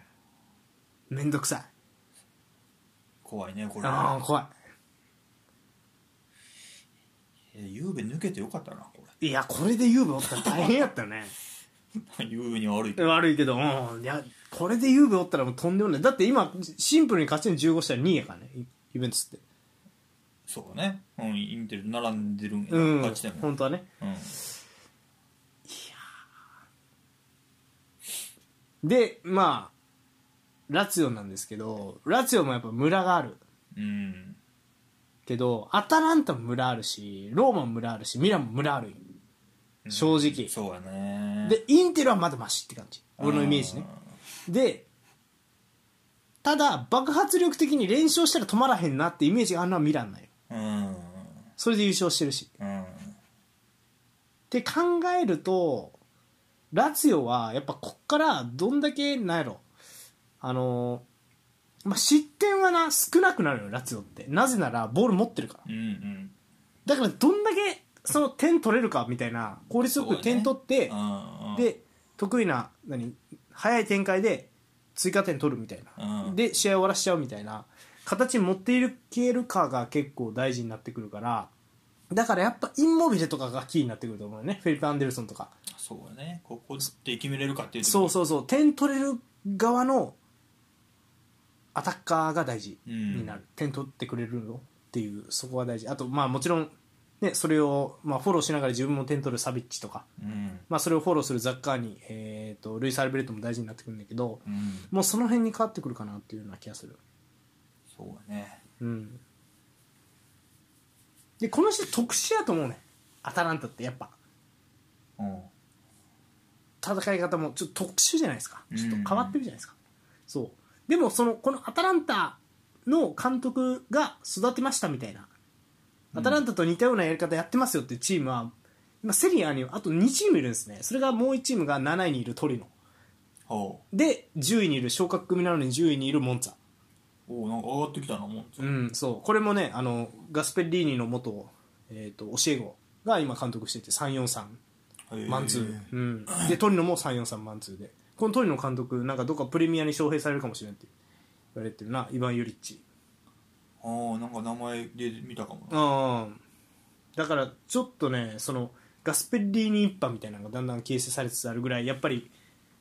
Speaker 1: めんどくさい
Speaker 2: 怖いねこれ
Speaker 1: ああ怖
Speaker 2: えゆうべ抜けてよかったなこ
Speaker 1: いいやこれでユーブおったら大変やったね
Speaker 2: れ ゆうべには悪いけ ど
Speaker 1: 悪いけどうんいやこれでユーブおったらもうとんでもないだって今シンプルに勝ち点15したら2位やからねイイベントスって
Speaker 2: そうだねうんインテルと並んでるんや
Speaker 1: うん
Speaker 2: 勝ち点も
Speaker 1: 本当はね
Speaker 2: うん
Speaker 1: でまあラツィオなんですけどラツィオもやっぱムラがある
Speaker 2: うん
Speaker 1: けどアタランタもムラあるしローマもムラあるしミランもムラあるよ
Speaker 2: うん
Speaker 1: 正直
Speaker 2: そうやね
Speaker 1: でインテルはまだマシって感じ俺のイメージねでただ爆発力的に連勝したら止まらへんなってイメージがあんのはミランなんよ
Speaker 2: うん
Speaker 1: それで優勝してるし
Speaker 2: うん
Speaker 1: って考えるとラツィオはやっぱこっからどんだけなんやろあのーまあ、失点はな少なくなるよラツィオってなぜならボール持ってるから
Speaker 2: うんうん
Speaker 1: だからどんだけその点取れるかみたいな効率よく点取って、
Speaker 2: うんうん
Speaker 1: で得意な何早い展開で追加点取るみたいな、
Speaker 2: うん
Speaker 1: で試合終わらしちゃうみたいな形に持っているけるかが結構大事になってくるからだからやっぱインモビレとかがキーになってくると思うよねフェリペ・アンデルソンとか
Speaker 2: そうだねここで決めれるかっていうとこ
Speaker 1: そうそうそう点取れる側のアタッカーが大事になる、点取ってくれるのっていうそこが大事あとまあもちろん、ね、それを、まあ、フォローしながら自分も点取るサビッチとか、
Speaker 2: うん
Speaker 1: まあ、それをフォローするザッカーに、えー、とルイス・アルベルトも大事になってくるんだけど
Speaker 2: うん
Speaker 1: もうその辺に変わってくるかなっていうような気がする、
Speaker 2: そうだね
Speaker 1: うん、でこの人特殊やと思うねアタランタってやっぱ
Speaker 2: うん
Speaker 1: 戦い方もちょっと特殊じゃないですかちょっ
Speaker 2: うん
Speaker 1: と変わってるじゃないですか、そうでもそのこのアタランタの監督が育てましたみたいなアタランタと似たようなやり方やってますよっていうチームは今セリアにあと2チームいるんですねそれがもう1チームが7位にいるトリノ
Speaker 2: ほ
Speaker 1: で10位にいる昇格組なのに10位にいるモンツァ
Speaker 2: うおうなんか上がってきたなもん
Speaker 1: うんそうこれもねあのガスペッリーニの元、えー、と教え子が今監督してて343
Speaker 2: へー
Speaker 1: マンツー、うん、でトリノも343マンツーでこのトリノ監督なんかどっかプレミアに招聘されるかもしれんって言われてるなイヴァン・ユリッチ
Speaker 2: ああなんか名前で見たかもな
Speaker 1: うんだからちょっとねそのガスペッリーニ一派みたいなのがだんだん形成されつつあるぐらいやっぱり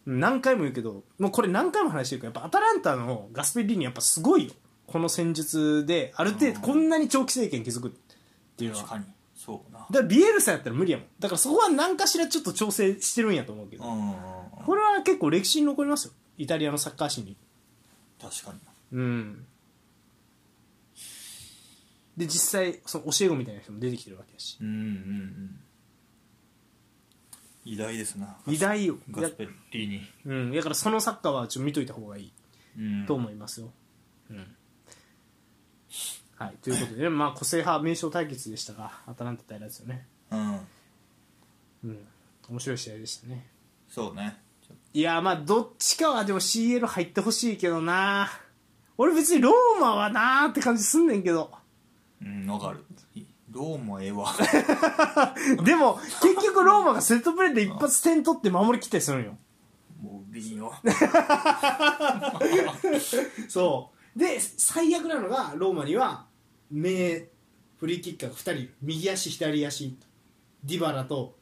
Speaker 1: うん何回も言うけどもうこれ何回も話してるけどやっぱアタランタのガスペッリーニやっぱすごいよこの戦術である程度こんなに長期政権築くっていうのは
Speaker 2: 確かにそうな
Speaker 1: だからビエルサやったら無理やもんだからそこは何かしらちょっと調整してるんやと思うけど
Speaker 2: うんうんうん
Speaker 1: これは結構歴史に残りますよイタリアのサッカー史に
Speaker 2: 確かに
Speaker 1: うんで実際その教え子みたいな人も出てきてるわけだし
Speaker 2: うんうんうん偉大ですな
Speaker 1: 偉大よ
Speaker 2: ガスペッリーニ
Speaker 1: うんだからそのサッカーはちょっと見といた方がいい
Speaker 2: うん
Speaker 1: と思いますようん、はいということでね、まあ個性派名称対決でしたがアタランタ対ラですよね
Speaker 2: うん
Speaker 1: うん面白い試合でしたね
Speaker 2: そうねちょ
Speaker 1: いやまあどっちかはでも CL 入ってほしいけどな俺別にローマはなーって感じすんねんけど
Speaker 2: うんわかるローマえ えわ
Speaker 1: でも結局ローマがセットプレーで一発点取って守りきったりするんよ
Speaker 2: もう 瓶を
Speaker 1: そうで最悪なのがローマには名フリーキッカーが2人いる右足左足ディバラと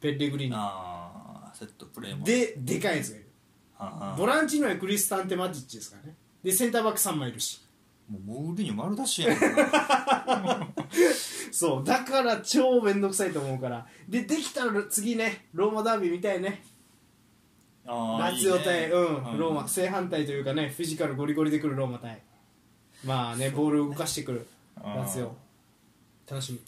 Speaker 1: ペッレグリーナ
Speaker 2: ああセットプレーも
Speaker 1: ででかいやつがいる
Speaker 2: あ
Speaker 1: ボランチにはクリスタンテ・マジッチですからねでセンターバック3枚いるし
Speaker 2: ーもうモールに丸出しやんか
Speaker 1: そうだから超めんどくさいと思うからでできたら次ねローマダービー見たいね
Speaker 2: あー
Speaker 1: ラツィオ対
Speaker 2: いいね
Speaker 1: うん、ローマ正反対というかねフィジカルゴリゴリで来るローマ対まあねボールを動かしてくる
Speaker 2: あー
Speaker 1: ラツィオ楽しみ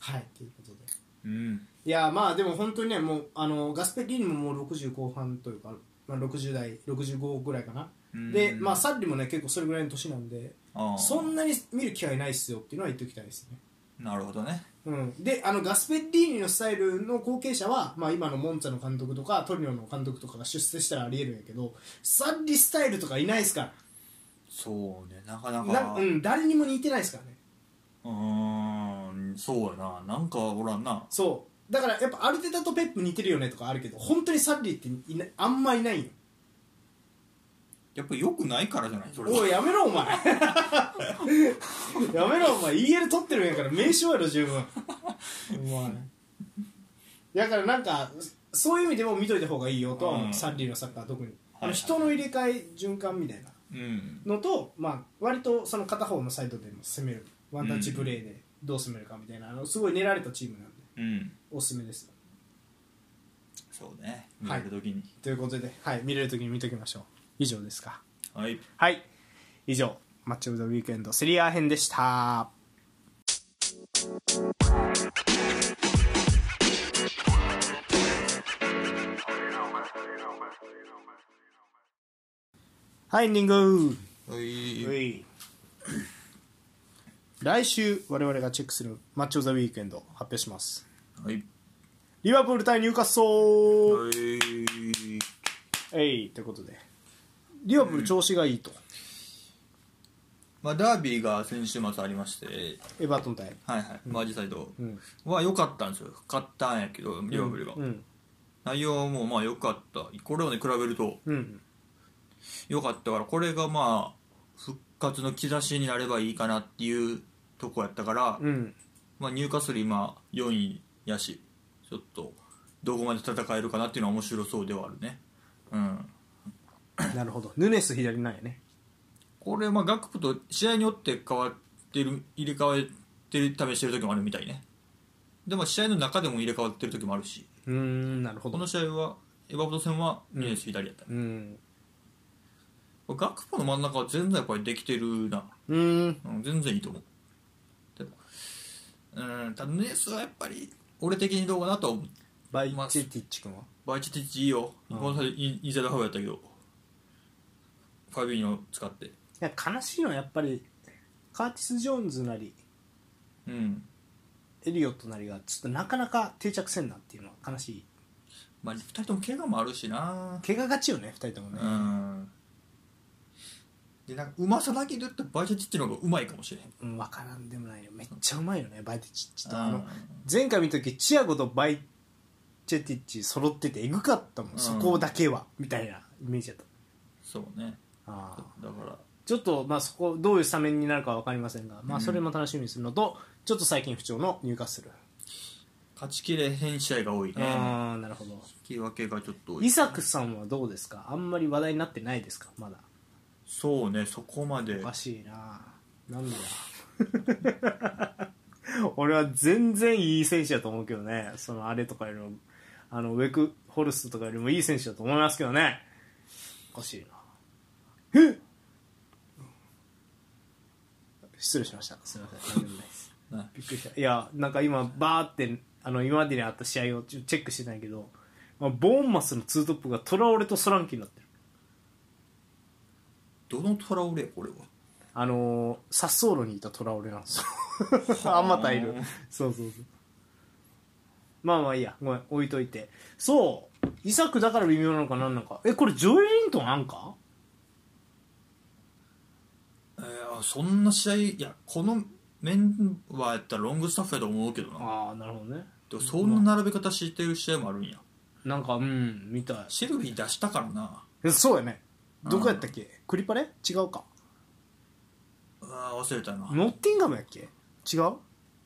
Speaker 1: はいということで
Speaker 2: うん
Speaker 1: いやまあでも本当にねもうあのガスペキにももう60後半というか、まあ、60代65ぐらいかな
Speaker 2: うん
Speaker 1: でまあサッリもね結構それぐらいの年なんで
Speaker 2: あー
Speaker 1: そんなに見る機会ないっすよっていうのは言っておきたいですね
Speaker 2: なるほどね
Speaker 1: うん、であのガスペッリーニのスタイルの後継者は、まあ、今のモンツァの監督とかトリノの監督とかが出世したらありえるんやけどサッリスタイルとかいないですか
Speaker 2: そうねなかな
Speaker 1: ら
Speaker 2: か
Speaker 1: な、うん、誰にも似てないですからね
Speaker 2: うーんそうやななんかおらんな
Speaker 1: そうだからやっぱアルテタとペップ似てるよねとかあるけど本当にサッリーっていないあんまいないよ
Speaker 2: やっぱよくないからじゃないそれは
Speaker 1: おいやめろお前 やめろお前 EL 取ってるんやから名称やろ十分お前だからなんかそういう意味でも見といた方がいいよとは思う、
Speaker 2: うん
Speaker 1: サッリーのサッカーは特に、
Speaker 2: はいはい
Speaker 1: あの人の入れ替え循環みたいな
Speaker 2: うん
Speaker 1: のと、まあ、割とその片方のサイドでも攻めるワンタッチプレーでどう攻めるかみたいなあのすごい練られたチームなんで
Speaker 2: うん
Speaker 1: おすすめです
Speaker 2: そうね見
Speaker 1: はい
Speaker 2: れる時に
Speaker 1: ということで、はい、見れる時に見ときましょう以上ですか
Speaker 2: はい
Speaker 1: はい以上マッチ・オブ・ザ・ウィークエンドセリア編でしたはいエンディング
Speaker 2: は
Speaker 1: う
Speaker 2: い
Speaker 1: い来週我々がチェックするマッチ・オブ・ザ・ウィークエンド発表します
Speaker 2: はい
Speaker 1: リバプール対ニューカッソル
Speaker 2: はい
Speaker 1: えいということでリバプール調子がいいと、
Speaker 2: まあダービーが先週末ありまして
Speaker 1: エバートン対
Speaker 2: はいはいマージサイド
Speaker 1: うん
Speaker 2: は良かったんですよ勝ったんやけどリバプールが
Speaker 1: うん
Speaker 2: 内容もまあ良かったこれをね比べると
Speaker 1: うん
Speaker 2: 良かったからこれがまあ復活の兆しになればいいかなっていうとこやったから
Speaker 1: うん
Speaker 2: まあ、入荷する今4位やしちょっとどこまで戦えるかなっていうのは面白そうではあるねうん
Speaker 1: なるほどヌネス左なんやね
Speaker 2: これまあ学部と試合によって変わってる入れ替わってる試してる時もあるみたいねでも試合の中でも入れ替わってる時もあるし
Speaker 1: うーんなるほ
Speaker 2: この試合はエバブト戦はニュース左やった、ね
Speaker 1: うん
Speaker 2: 学部の真ん中は全然やっぱりできてるな、
Speaker 1: うーん
Speaker 2: うん、全然いいと思うでもうんただニュースはやっぱり俺的にどうかなとは思う
Speaker 1: バイチェティッチ君は
Speaker 2: バイチティッチいいよこの際インサイドハーフやったけどファビーニョ使って
Speaker 1: いや悲しいのはやっぱりカーティス・ジョーンズなり
Speaker 2: うん
Speaker 1: エリオットなりがちょっとなかなか定着せんなっていうのは悲しい
Speaker 2: まあ2人とも怪我もあるしな
Speaker 1: 怪我がちよね2人とも
Speaker 2: う
Speaker 1: ね、
Speaker 2: んでなんかうまさだけで言ったらバイチティッチの方がうまいかもしれへん
Speaker 1: うん、分からんでもないよめっちゃうまいよねバイティッチちょっと
Speaker 2: うん
Speaker 1: あの前回見た時チアゴとバイチェティッチ揃っててエグかったもん、
Speaker 2: うん
Speaker 1: そこだけはみたいなイメージだった
Speaker 2: そうね
Speaker 1: ああ
Speaker 2: だから
Speaker 1: ちょっとまあそこどういうスタメンになるかは分かりませんが、まあ、それも楽しみにするのと、ちょっと最近不調の入荷する、
Speaker 2: 勝ちきれへん試合が多い
Speaker 1: あ
Speaker 2: ね
Speaker 1: あなるほど
Speaker 2: 引き分けがちょっと多
Speaker 1: イ
Speaker 2: い
Speaker 1: サクさんはどうですかあんまり話題になってないですかまだ
Speaker 2: そうねそこまで
Speaker 1: おかしいななんだ 俺は全然いい選手だと思うけどねそのあれとかよりもあのウェクホルストとかよりもいい選手だと思いますけどねおかしいなえっ失礼しましたすいません何でもないです
Speaker 2: な
Speaker 1: びっくりしたいやなんか今バーってあの今までにあった試合をちょチェックしてたんやけど、まあ、ボーンマスのツートップがトラオレとソランキになってる
Speaker 2: どのトラオレこれは
Speaker 1: あのー、サッソーロにいたトラオレなんですよ あまたいるそうそうそうまあまあいいやごめん置いといてそうイサクだから微妙なのかなんなのかえこれジョエリントンなんか
Speaker 2: えー、そんな試合いやこのメンバーやったらロングスタッフやと思うけどな
Speaker 1: ああなるほどね
Speaker 2: でもそんな並べ方してる試合もあるんや
Speaker 1: なんかうんみたい
Speaker 2: シェルビー出したからな
Speaker 1: えそうやねどこやったっけクリパレ違うか
Speaker 2: ああ忘れたな
Speaker 1: ノッティンガムやっけ違う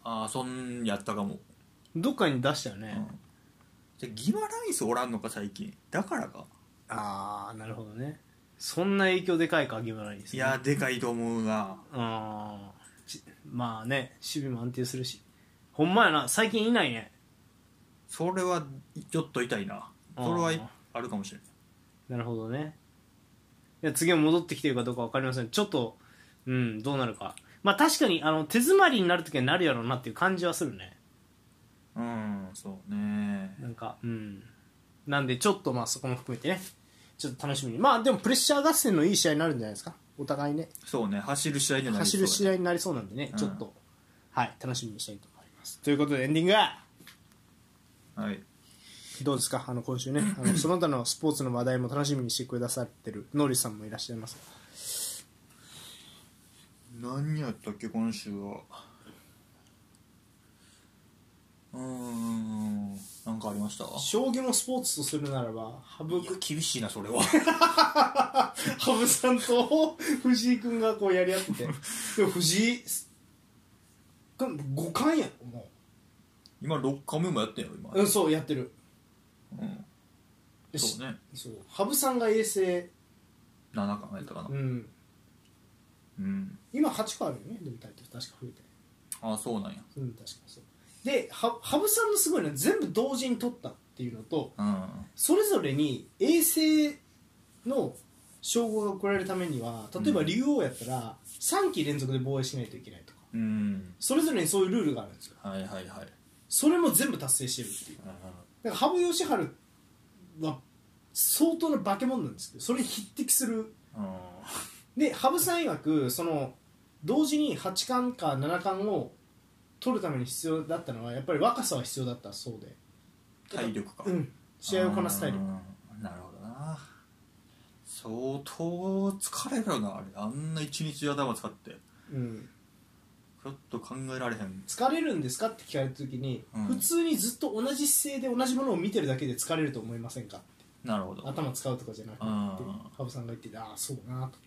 Speaker 2: ああそんやったかも、
Speaker 1: どっかに出したよ
Speaker 2: う
Speaker 1: ね、
Speaker 2: ん、じゃあギマライスおらんのか最近だからか
Speaker 1: ああなるほどねそんな影響でかいかギブラリです、
Speaker 2: い
Speaker 1: ね、
Speaker 2: やでかいと思うな
Speaker 1: うんちまあね守備も安定するしほんまやな最近いないね
Speaker 2: それはちょっと痛いなそれはい
Speaker 1: あ
Speaker 2: あるかもしれな
Speaker 1: な
Speaker 2: い
Speaker 1: るほどねいや次は戻ってきてるかどうか分かりませんちょっとうんどうなるかまあ確かにあの手詰まりになる時はなるやろうなっていう感じはするね
Speaker 2: うんそうね
Speaker 1: なんかうんなんでちょっとまあそこも含めてねちょっと楽しみにまあでもプレッシャー合戦のいい試合になるんじゃないですかお互いね
Speaker 2: そうね走る試合にはなり
Speaker 1: 走
Speaker 2: そうだね
Speaker 1: る試合になりそうなんでね、
Speaker 2: うん
Speaker 1: ちょっと、はい、楽しみにしたいと思います。ということで、エンディング
Speaker 2: はい
Speaker 1: どうですかあの今 週ね、あのその他のスポーツの話題も楽しみにしてくださってるノリさんもいらっしゃいます。
Speaker 2: 何やったっけ今週はうーんなんかありました
Speaker 1: 将棋もスポーツとするならば、羽
Speaker 2: いや
Speaker 1: 生
Speaker 2: 厳しいなそれは
Speaker 1: 羽生さんと 藤井君がこうやり合って て、でも藤井君、5冠やん、も
Speaker 2: 今6回目もやってんよ今
Speaker 1: う。うん、そう、やってる。
Speaker 2: うん
Speaker 1: で
Speaker 2: そうね
Speaker 1: そう羽生さんが衛星、
Speaker 2: 7巻やったかな
Speaker 1: うん、
Speaker 2: うん
Speaker 1: 今8個あるよね、でもタイトル確か増えて。
Speaker 2: あそうなんや
Speaker 1: うん確かにそうでは羽生さんのすごいのは全部同時に取ったっていうのと
Speaker 2: うん
Speaker 1: それぞれに衛星の称号が送られるためには例えば
Speaker 2: うん
Speaker 1: 竜王やったら3期連続で防衛しないといけないとか
Speaker 2: うん
Speaker 1: それぞれにそういうルールがあるんですよ
Speaker 2: はいはいはい
Speaker 1: それも全部達成してるっていうだから羽生善治は相当な化け物なんですけどそれに匹敵する
Speaker 2: うん
Speaker 1: で羽生さん曰くその同時に八冠か七冠を取るために必要だったのはやっぱり若さは必要だったそうで
Speaker 2: 体力か
Speaker 1: うん試合をこなす体力
Speaker 2: うんなるほどな相当疲れるよなあれあんな一日頭使って
Speaker 1: うん
Speaker 2: ちょっと考えられへん
Speaker 1: 疲れるんですかって聞かれた時に、
Speaker 2: うん
Speaker 1: 普通にずっと同じ姿勢で同じものを見てるだけで疲れると思いませんか
Speaker 2: なるほど
Speaker 1: 頭使うとかじゃなくて
Speaker 2: うん
Speaker 1: 羽生さんが言っててああそうだなと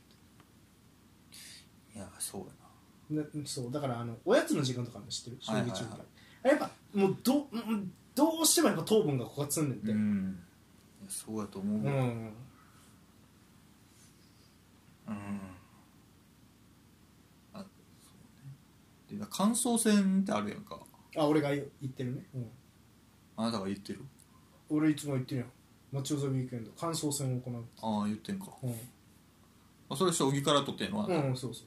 Speaker 2: いやそうやな
Speaker 1: なそうだからあのおやつの時間とかも知ってる将
Speaker 2: はいはい
Speaker 1: 棋
Speaker 2: はい
Speaker 1: 中から、やっぱもうどうんどうしてもやっぱ糖分が枯渇すんねんて、
Speaker 2: うんいやそうやと思う
Speaker 1: う
Speaker 2: うん
Speaker 1: ん
Speaker 2: あそうねで感想戦ってあるやんか
Speaker 1: あ俺が言ってるね、うん
Speaker 2: あなたが言ってる
Speaker 1: 俺いつも言ってるよマッチョ・ザ・ウィークエンド感想戦を行う
Speaker 2: ああ言ってんか
Speaker 1: うん、
Speaker 2: あそれ将棋から取ってんのあな
Speaker 1: う
Speaker 2: た
Speaker 1: ん、そうそう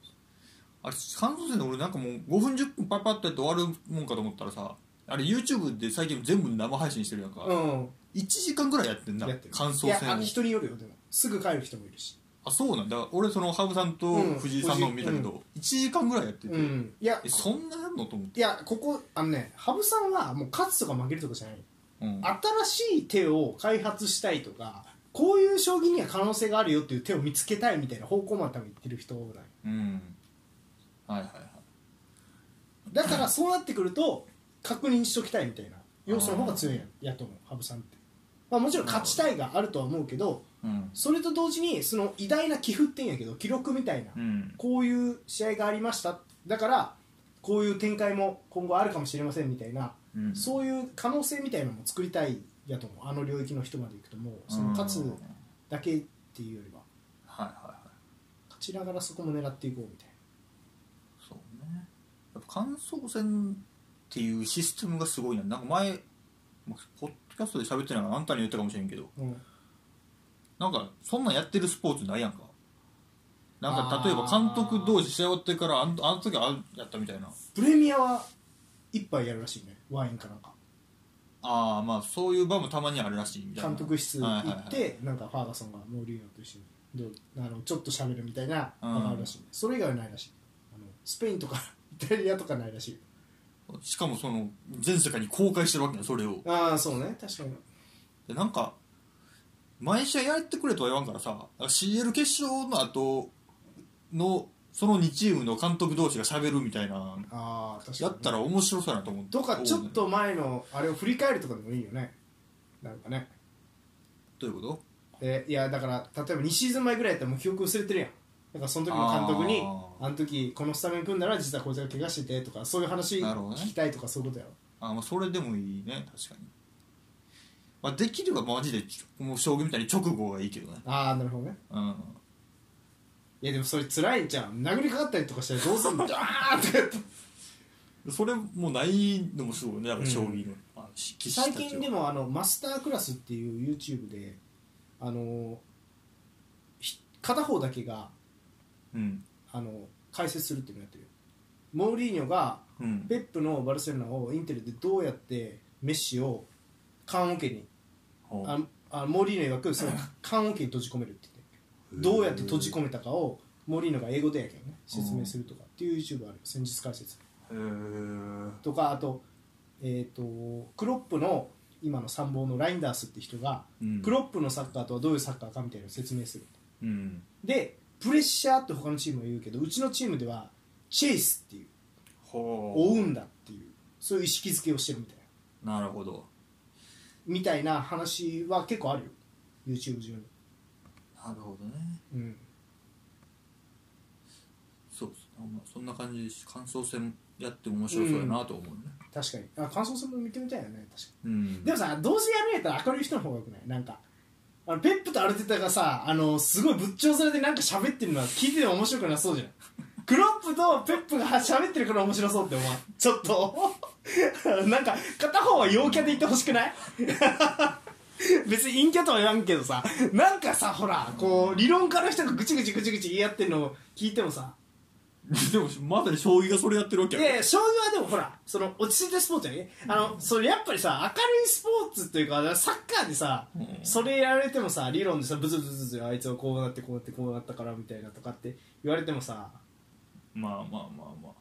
Speaker 2: あれ感想戦で俺なんかもう5分10分パッパッとやって終わるもんかと思ったらさあれ YouTube で最近全部生配信してるやんか、
Speaker 1: そううん
Speaker 2: 1時間ぐらいやってんな
Speaker 1: やってる
Speaker 2: 感想
Speaker 1: いやあ
Speaker 2: 戦
Speaker 1: の
Speaker 2: を
Speaker 1: 人によるよでもすぐ帰る人もいるし
Speaker 2: あそうなんだから俺その羽生さんと
Speaker 1: うん
Speaker 2: 藤井さんの
Speaker 1: 藤井
Speaker 2: 見たけど、一1時間ぐらいやってて、
Speaker 1: うんいや
Speaker 2: えそんなやんのと思って、
Speaker 1: いやここあのね羽生さんはもう勝つとか負けるとかじゃない
Speaker 2: うん、
Speaker 1: 新しい手を開発したいとかこういう将棋には可能性があるよっていう手を見つけたいみたいな方向まで多分言ってる人なんよ
Speaker 2: うんはいはいはい
Speaker 1: だからそうなってくると確認しときたいみたいな要素の方が強いんややと思う羽生さんって、まあ、もちろん勝ちたいがあるとは思うけど
Speaker 2: うん
Speaker 1: それと同時にその偉大な寄付って言うんやけど記録みたいな
Speaker 2: うん
Speaker 1: こういう試合がありましただからこういう展開も今後あるかもしれませんみたいな
Speaker 2: うん
Speaker 1: そういう可能性みたいなのも作りたいやと思うあの領域の人までいくともうその
Speaker 2: うん
Speaker 1: 勝つ
Speaker 2: はい
Speaker 1: だけっていうよりは
Speaker 2: はいはい
Speaker 1: 勝ちながらそこも狙っていこうみたい
Speaker 2: そうねやっぱ感想戦っていうシステムがすごいななんか前まあポッドキャストで喋ってないからあんたに言ったかもしれんけど
Speaker 1: な、うん、
Speaker 2: なんかそんなんやってるスポーツないやんかなん
Speaker 1: あ
Speaker 2: か
Speaker 1: ー
Speaker 2: 例えば監督同士試合終わってからあんあの時あやったみたいな
Speaker 1: プレミアは一杯やるらしいねワインかなんか
Speaker 2: ああまあそういう場もたまにあるらしいみたいな
Speaker 1: 監督室行
Speaker 2: はいはい
Speaker 1: っ
Speaker 2: はい
Speaker 1: てなんかファーガソンがモーリーノと一緒にどうあのちょっと喋るみたいなのがあるらしいねそれ以外はないらしいあのスペインとか イタリアとかないらしい
Speaker 2: しかもその全世界に公開してるわけやんそれを
Speaker 1: ああそうね確かに
Speaker 2: でなんか毎試合やってくれとは言わんからさ CL 決勝の後のその2チームの監督同士が喋るみたいな
Speaker 1: ああ確か
Speaker 2: や
Speaker 1: に
Speaker 2: ったら面白そうやなと思って
Speaker 1: とかちょっと前のあれを振り返るとかでもいいよねなんかね
Speaker 2: どういうこと
Speaker 1: でいやだから例えば2シーズン前ぐらいやったらもう記憶薄れてるやんだからその時の監督に
Speaker 2: あ
Speaker 1: あ
Speaker 2: ー
Speaker 1: の時このスタメン組んだら実はこいつが怪我しててとかそういう話
Speaker 2: なるほどね
Speaker 1: 聞きたいとかそういうことやろ
Speaker 2: あまあそれでもいいね確かに、まあ、できればマジでもう将棋みたいに直後がいいけどね
Speaker 1: ああなるほどね
Speaker 2: うん
Speaker 1: いやでもそれ辛いじゃん殴りかかったりとかしたらどうすんの ダーってやって
Speaker 2: それもうないのもすごいねだから将棋の、あの棋士たち
Speaker 1: 最
Speaker 2: は
Speaker 1: 近でもあのマスタークラスっていう YouTube であのひ片方だけが
Speaker 2: うん
Speaker 1: あの解説するっていうのやってるよモーリーニョが
Speaker 2: うん
Speaker 1: ペップのバルセロナをインテルでどうやってメッシを棺桶に
Speaker 2: ほう
Speaker 1: あのあのモーリーノ曰くその棺桶に閉じ込めるって言ってどうやって閉じ込めたかをモーリーノが英語でやけんね説明するとかっていう YouTube あるよ戦術解説
Speaker 2: へー
Speaker 1: とかあと,、えー、とクロップの今の参謀のラインダースって人が、
Speaker 2: うん
Speaker 1: クロップのサッカーとはどういうサッカーかみたいなのを説明する
Speaker 2: うん
Speaker 1: でプレッシャーって他のチームは言うけどうちのチームではチェイスっていう追
Speaker 2: ほ
Speaker 1: うんだっていうそういう意識づけをしてるみたいな
Speaker 2: うなるほど
Speaker 1: みたいな話は結構あるよ YouTube 上に、
Speaker 2: なるほどね
Speaker 1: うん、
Speaker 2: そうそうまあそんな感じで感想戦やっても面白そうやなと思うね
Speaker 1: 確かにあ感想戦も見てみたいよね確か
Speaker 2: うん
Speaker 1: にでもさどうせやるんやったら明るい人の方がよくないなんかあのペップとアルテタがさあのすごい仏頂されてなんか喋ってるのは聞いてても面白くなさそうじゃんクロップとペップが喋ってるから面白そうって思うちょっと なんか片方は陽キャでいてほしくない 別に陰キャとは言わんけどさなんかさほらこう理論家の人がぐちぐちぐちぐち言い合ってるのを聞いてもさ
Speaker 2: でもまさに将棋がそれやってるわけ
Speaker 1: いやいや将棋はでもほらその落ち着いたスポーツやねあのそれやっぱりさ明るいスポーツというかサッカーでさ、
Speaker 2: うん
Speaker 1: それやられてもさ理論でさブツブツブツブツあいつはこうなってこうなってこうなったからみたいなとかって言われてもさ
Speaker 2: まあまあまあまあ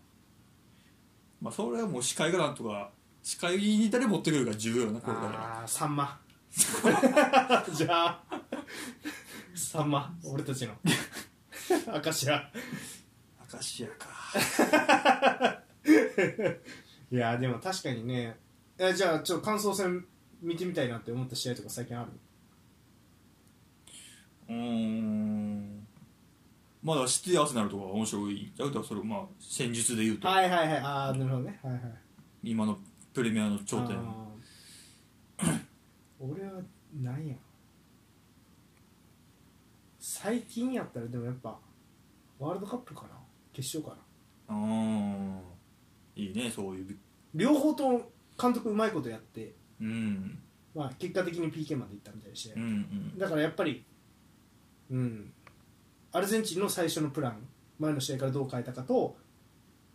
Speaker 2: まあそれはもう司会がなんとか司会に誰持ってくるか重要なこれから
Speaker 1: あーさんま じゃあさんま俺たちの明石家
Speaker 2: 明石家か
Speaker 1: いやでも確かにねえじゃあちょっと感想戦見てみたいなって思った試合とか最近ある
Speaker 2: うーんまだシティアーセナルとかは面白いだけどそれまあ戦術で言うと
Speaker 1: はいはいはいああなるほどねはいはい
Speaker 2: 今のプレミアの頂点
Speaker 1: あー俺はなんや最近やったらでもやっぱワールドカップかな決勝かな
Speaker 2: うーんいいねそういうび
Speaker 1: 両方とも監督うまいことやって、
Speaker 2: うん
Speaker 1: まあ、結果的に PK までいったみたいでして
Speaker 2: うんうん
Speaker 1: だからやっぱりうんアルゼンチンの最初のプラン前の試合からどう変えたかと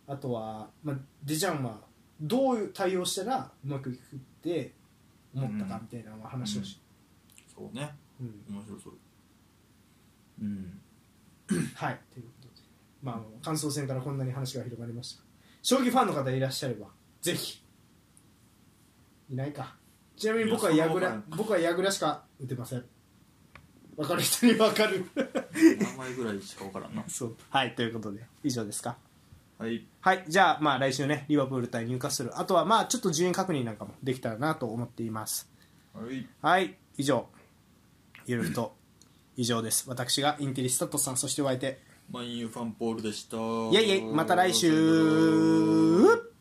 Speaker 1: あとは、まあ、デジャンはどういう対応したらうまくいくって思ったかみたいな話をし、
Speaker 2: そうね
Speaker 1: うん
Speaker 2: 面白そううん
Speaker 1: はい、ということで、まああの、感想戦からこんなに話が広がりました。将棋ファンの方いらっしゃれば、ぜひ。いないか。ちなみに僕は矢
Speaker 2: いやそんな
Speaker 1: 倉
Speaker 2: こ、
Speaker 1: 僕は矢倉しか打てません。わかる人にわかる。
Speaker 2: 名前ぐらいしか分からんな
Speaker 1: そう。はい、ということで、以上ですか。
Speaker 2: はい
Speaker 1: はい、じゃあ、まあ、来週ね、リバプール対入荷する。あとは、まあ、ちょっと順位確認なんかもできたらなと思っています。
Speaker 2: はい
Speaker 1: はい、以上。ゆるふと、以上です。私がインテリスタッドさん、そしてお相手。
Speaker 2: マインユーファンポールでした
Speaker 1: いえいえ、また来週